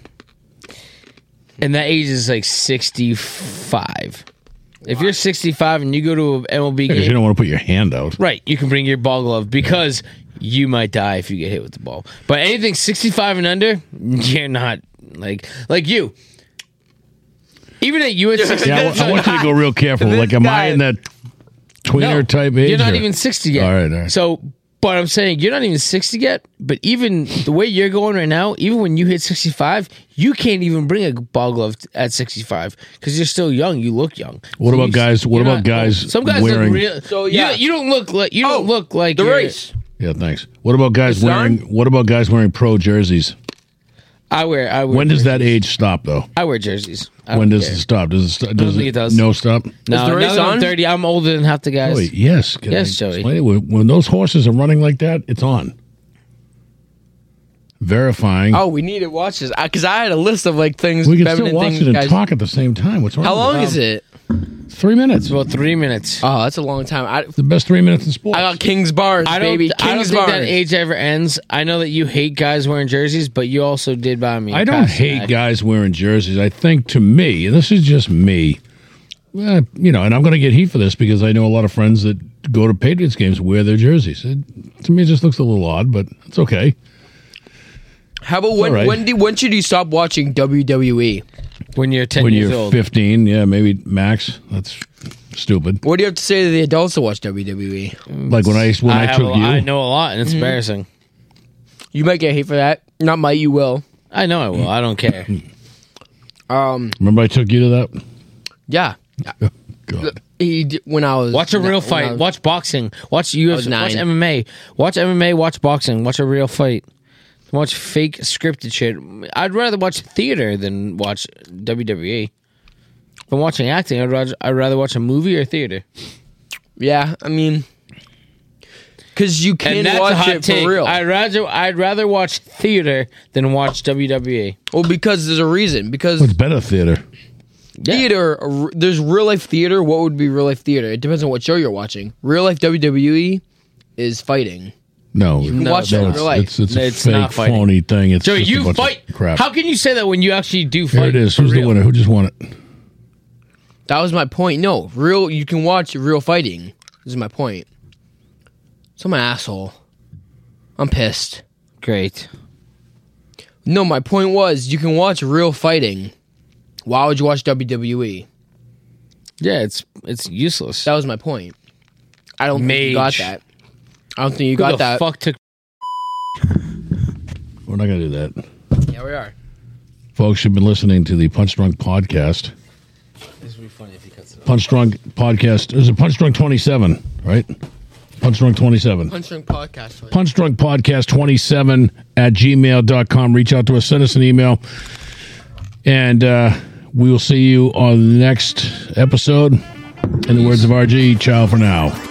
A: and that age is like 65. If you're 65 and you go to an MLB game,
C: Because you don't want to put your hand out.
A: Right, you can bring your ball glove because you might die if you get hit with the ball. But anything 65 and under, you're not like like you. Even at you at 60,
C: Yeah, I, wa- I want you to go real careful. Like, am I in that tweener type age?
A: you're not
C: or-
A: even 60 yet.
C: All right, all right.
A: So, but I'm saying you're not even 60 yet. But even the way you're going right now, even when you hit 65, you can't even bring a ball glove at 65 because you're still young. You look young.
C: What
A: So
C: about
A: you-
C: guys- what
A: you're
C: about guys
A: Some guys
C: wearing-
A: look real.
B: So,
A: So
B: yeah. Oh,
A: yeah, you, you don't look like you don't look like
B: the
A: you're-
B: race.
C: Yeah, thanks. What about guys
B: The
C: wearing?
B: sign?
C: What about guys wearing pro jerseys?
A: I wear. I wear
C: When does that age stop, though?
A: I wear jerseys. I
C: When
A: don't
C: does
A: care.
C: it stop? Does it stop? Does
A: think it does.
C: No stop. Oh,
A: No,
B: the
A: now
B: race
A: that I'm
B: on?
A: 30, I'm older than half the guys.
C: Joey, yes. Can
A: Yes,
C: I
A: Joey.
C: explain it? When, when those horses are running like that, it's on. Verifying.
B: Oh, we needed watches because I had a list of like things.
C: we can
B: feminine
C: still watch
B: things
C: it and
B: guys-
C: talk at the same time. What's wrong?
B: How
C: with
B: long
C: that?
B: is it?
C: Three minutes.
A: It's about three minutes.
B: Oh, that's a long time. I,
C: the best three minutes in sports.
B: I got King's bars,
A: I don't,
B: baby.
A: I don't
B: King's
A: think
B: bars.
A: that age ever ends. I know that you hate guys wearing jerseys, but you also did buy me. a
C: I don't
A: Pass
C: hate
A: Mac.
C: guys wearing jerseys. I think to me, and this is just me, eh, you know, and I'm going to get heat for this because I know a lot of friends that go to Patriots games wear their jerseys. It, to me, it just looks a little odd, but it's okay.
B: How about when?
C: all right.
B: When do? When should you stop watching E? WWE?
A: when you're 10
C: When
A: years
C: you're
A: old.
C: 15, yeah, maybe max. That's stupid.
B: What do you have to say to the adults that watch E? WWE?
C: Like when I when
A: I,
C: I,
A: have a
C: took
A: lot-
C: you,
A: I know a lot,
B: Mm.
A: and it's embarrassing.
B: You might get hate for that. Not might. You will.
A: I know I will. I don't care.
B: Um.
C: remember I took you to that.
B: Yeah.
C: God.
B: He d- when I was
A: Watch a
B: when I
A: real
B: was-
A: fight. Watch boxing. Watch UFC.
B: nine.
A: Watch MMA. Watch MMA. Watch boxing. Watch a real fight. Watch fake scripted shit. I'd rather watch theater than watch WWE. If I'm watching acting, I'd rather, I'd rather watch a movie or theater.
B: Yeah. I mean, because you can
A: and that's a
B: watch
A: hot
B: it
A: take.
B: for real.
A: I'd rather I'd rather watch theater than watch E. WWE.
B: well, because there's a reason. Because
C: It's better theater.
B: theater, a r- there's real life theater. What would be real life theater? It depends on what show you're watching. Real life WWE is fighting.
C: No, you
B: watch it in real life.
C: It's, it's a
A: It's
C: fake
A: not fighting.
C: phony thing. It's
A: Joey,
C: just a
A: you
C: bunch of
A: fight.
C: crap.
A: How can you say that when you actually do fight?
C: Here it is.
A: for
C: Who's the
A: real?
C: winner? Who just won it?
B: That was my point. No, real. You can watch real fighting. This is my point. So I'm an asshole. I'm pissed.
A: Great.
B: No, my point was you can watch real fighting. Why would you watch WWE?
A: Yeah, it's it's useless.
B: That was my point. I don't think you
A: Mage.
B: got that. I don't think you
A: Who
B: got
A: the
B: that.
A: Fuck took
C: We're not going to do that.
B: Yeah, we are.
C: Folks, you've been listening to the Punch Drunk Podcast. Punch Drunk Podcast. There's a Punch Drunk 27, right? Punch Drunk 27.
B: Punching podcast.
C: Punch Drunk Podcast 27 at gmail.com. Reach out to us, send us an email, and uh, we will see you on the next episode. In the words of RG, ciao for now.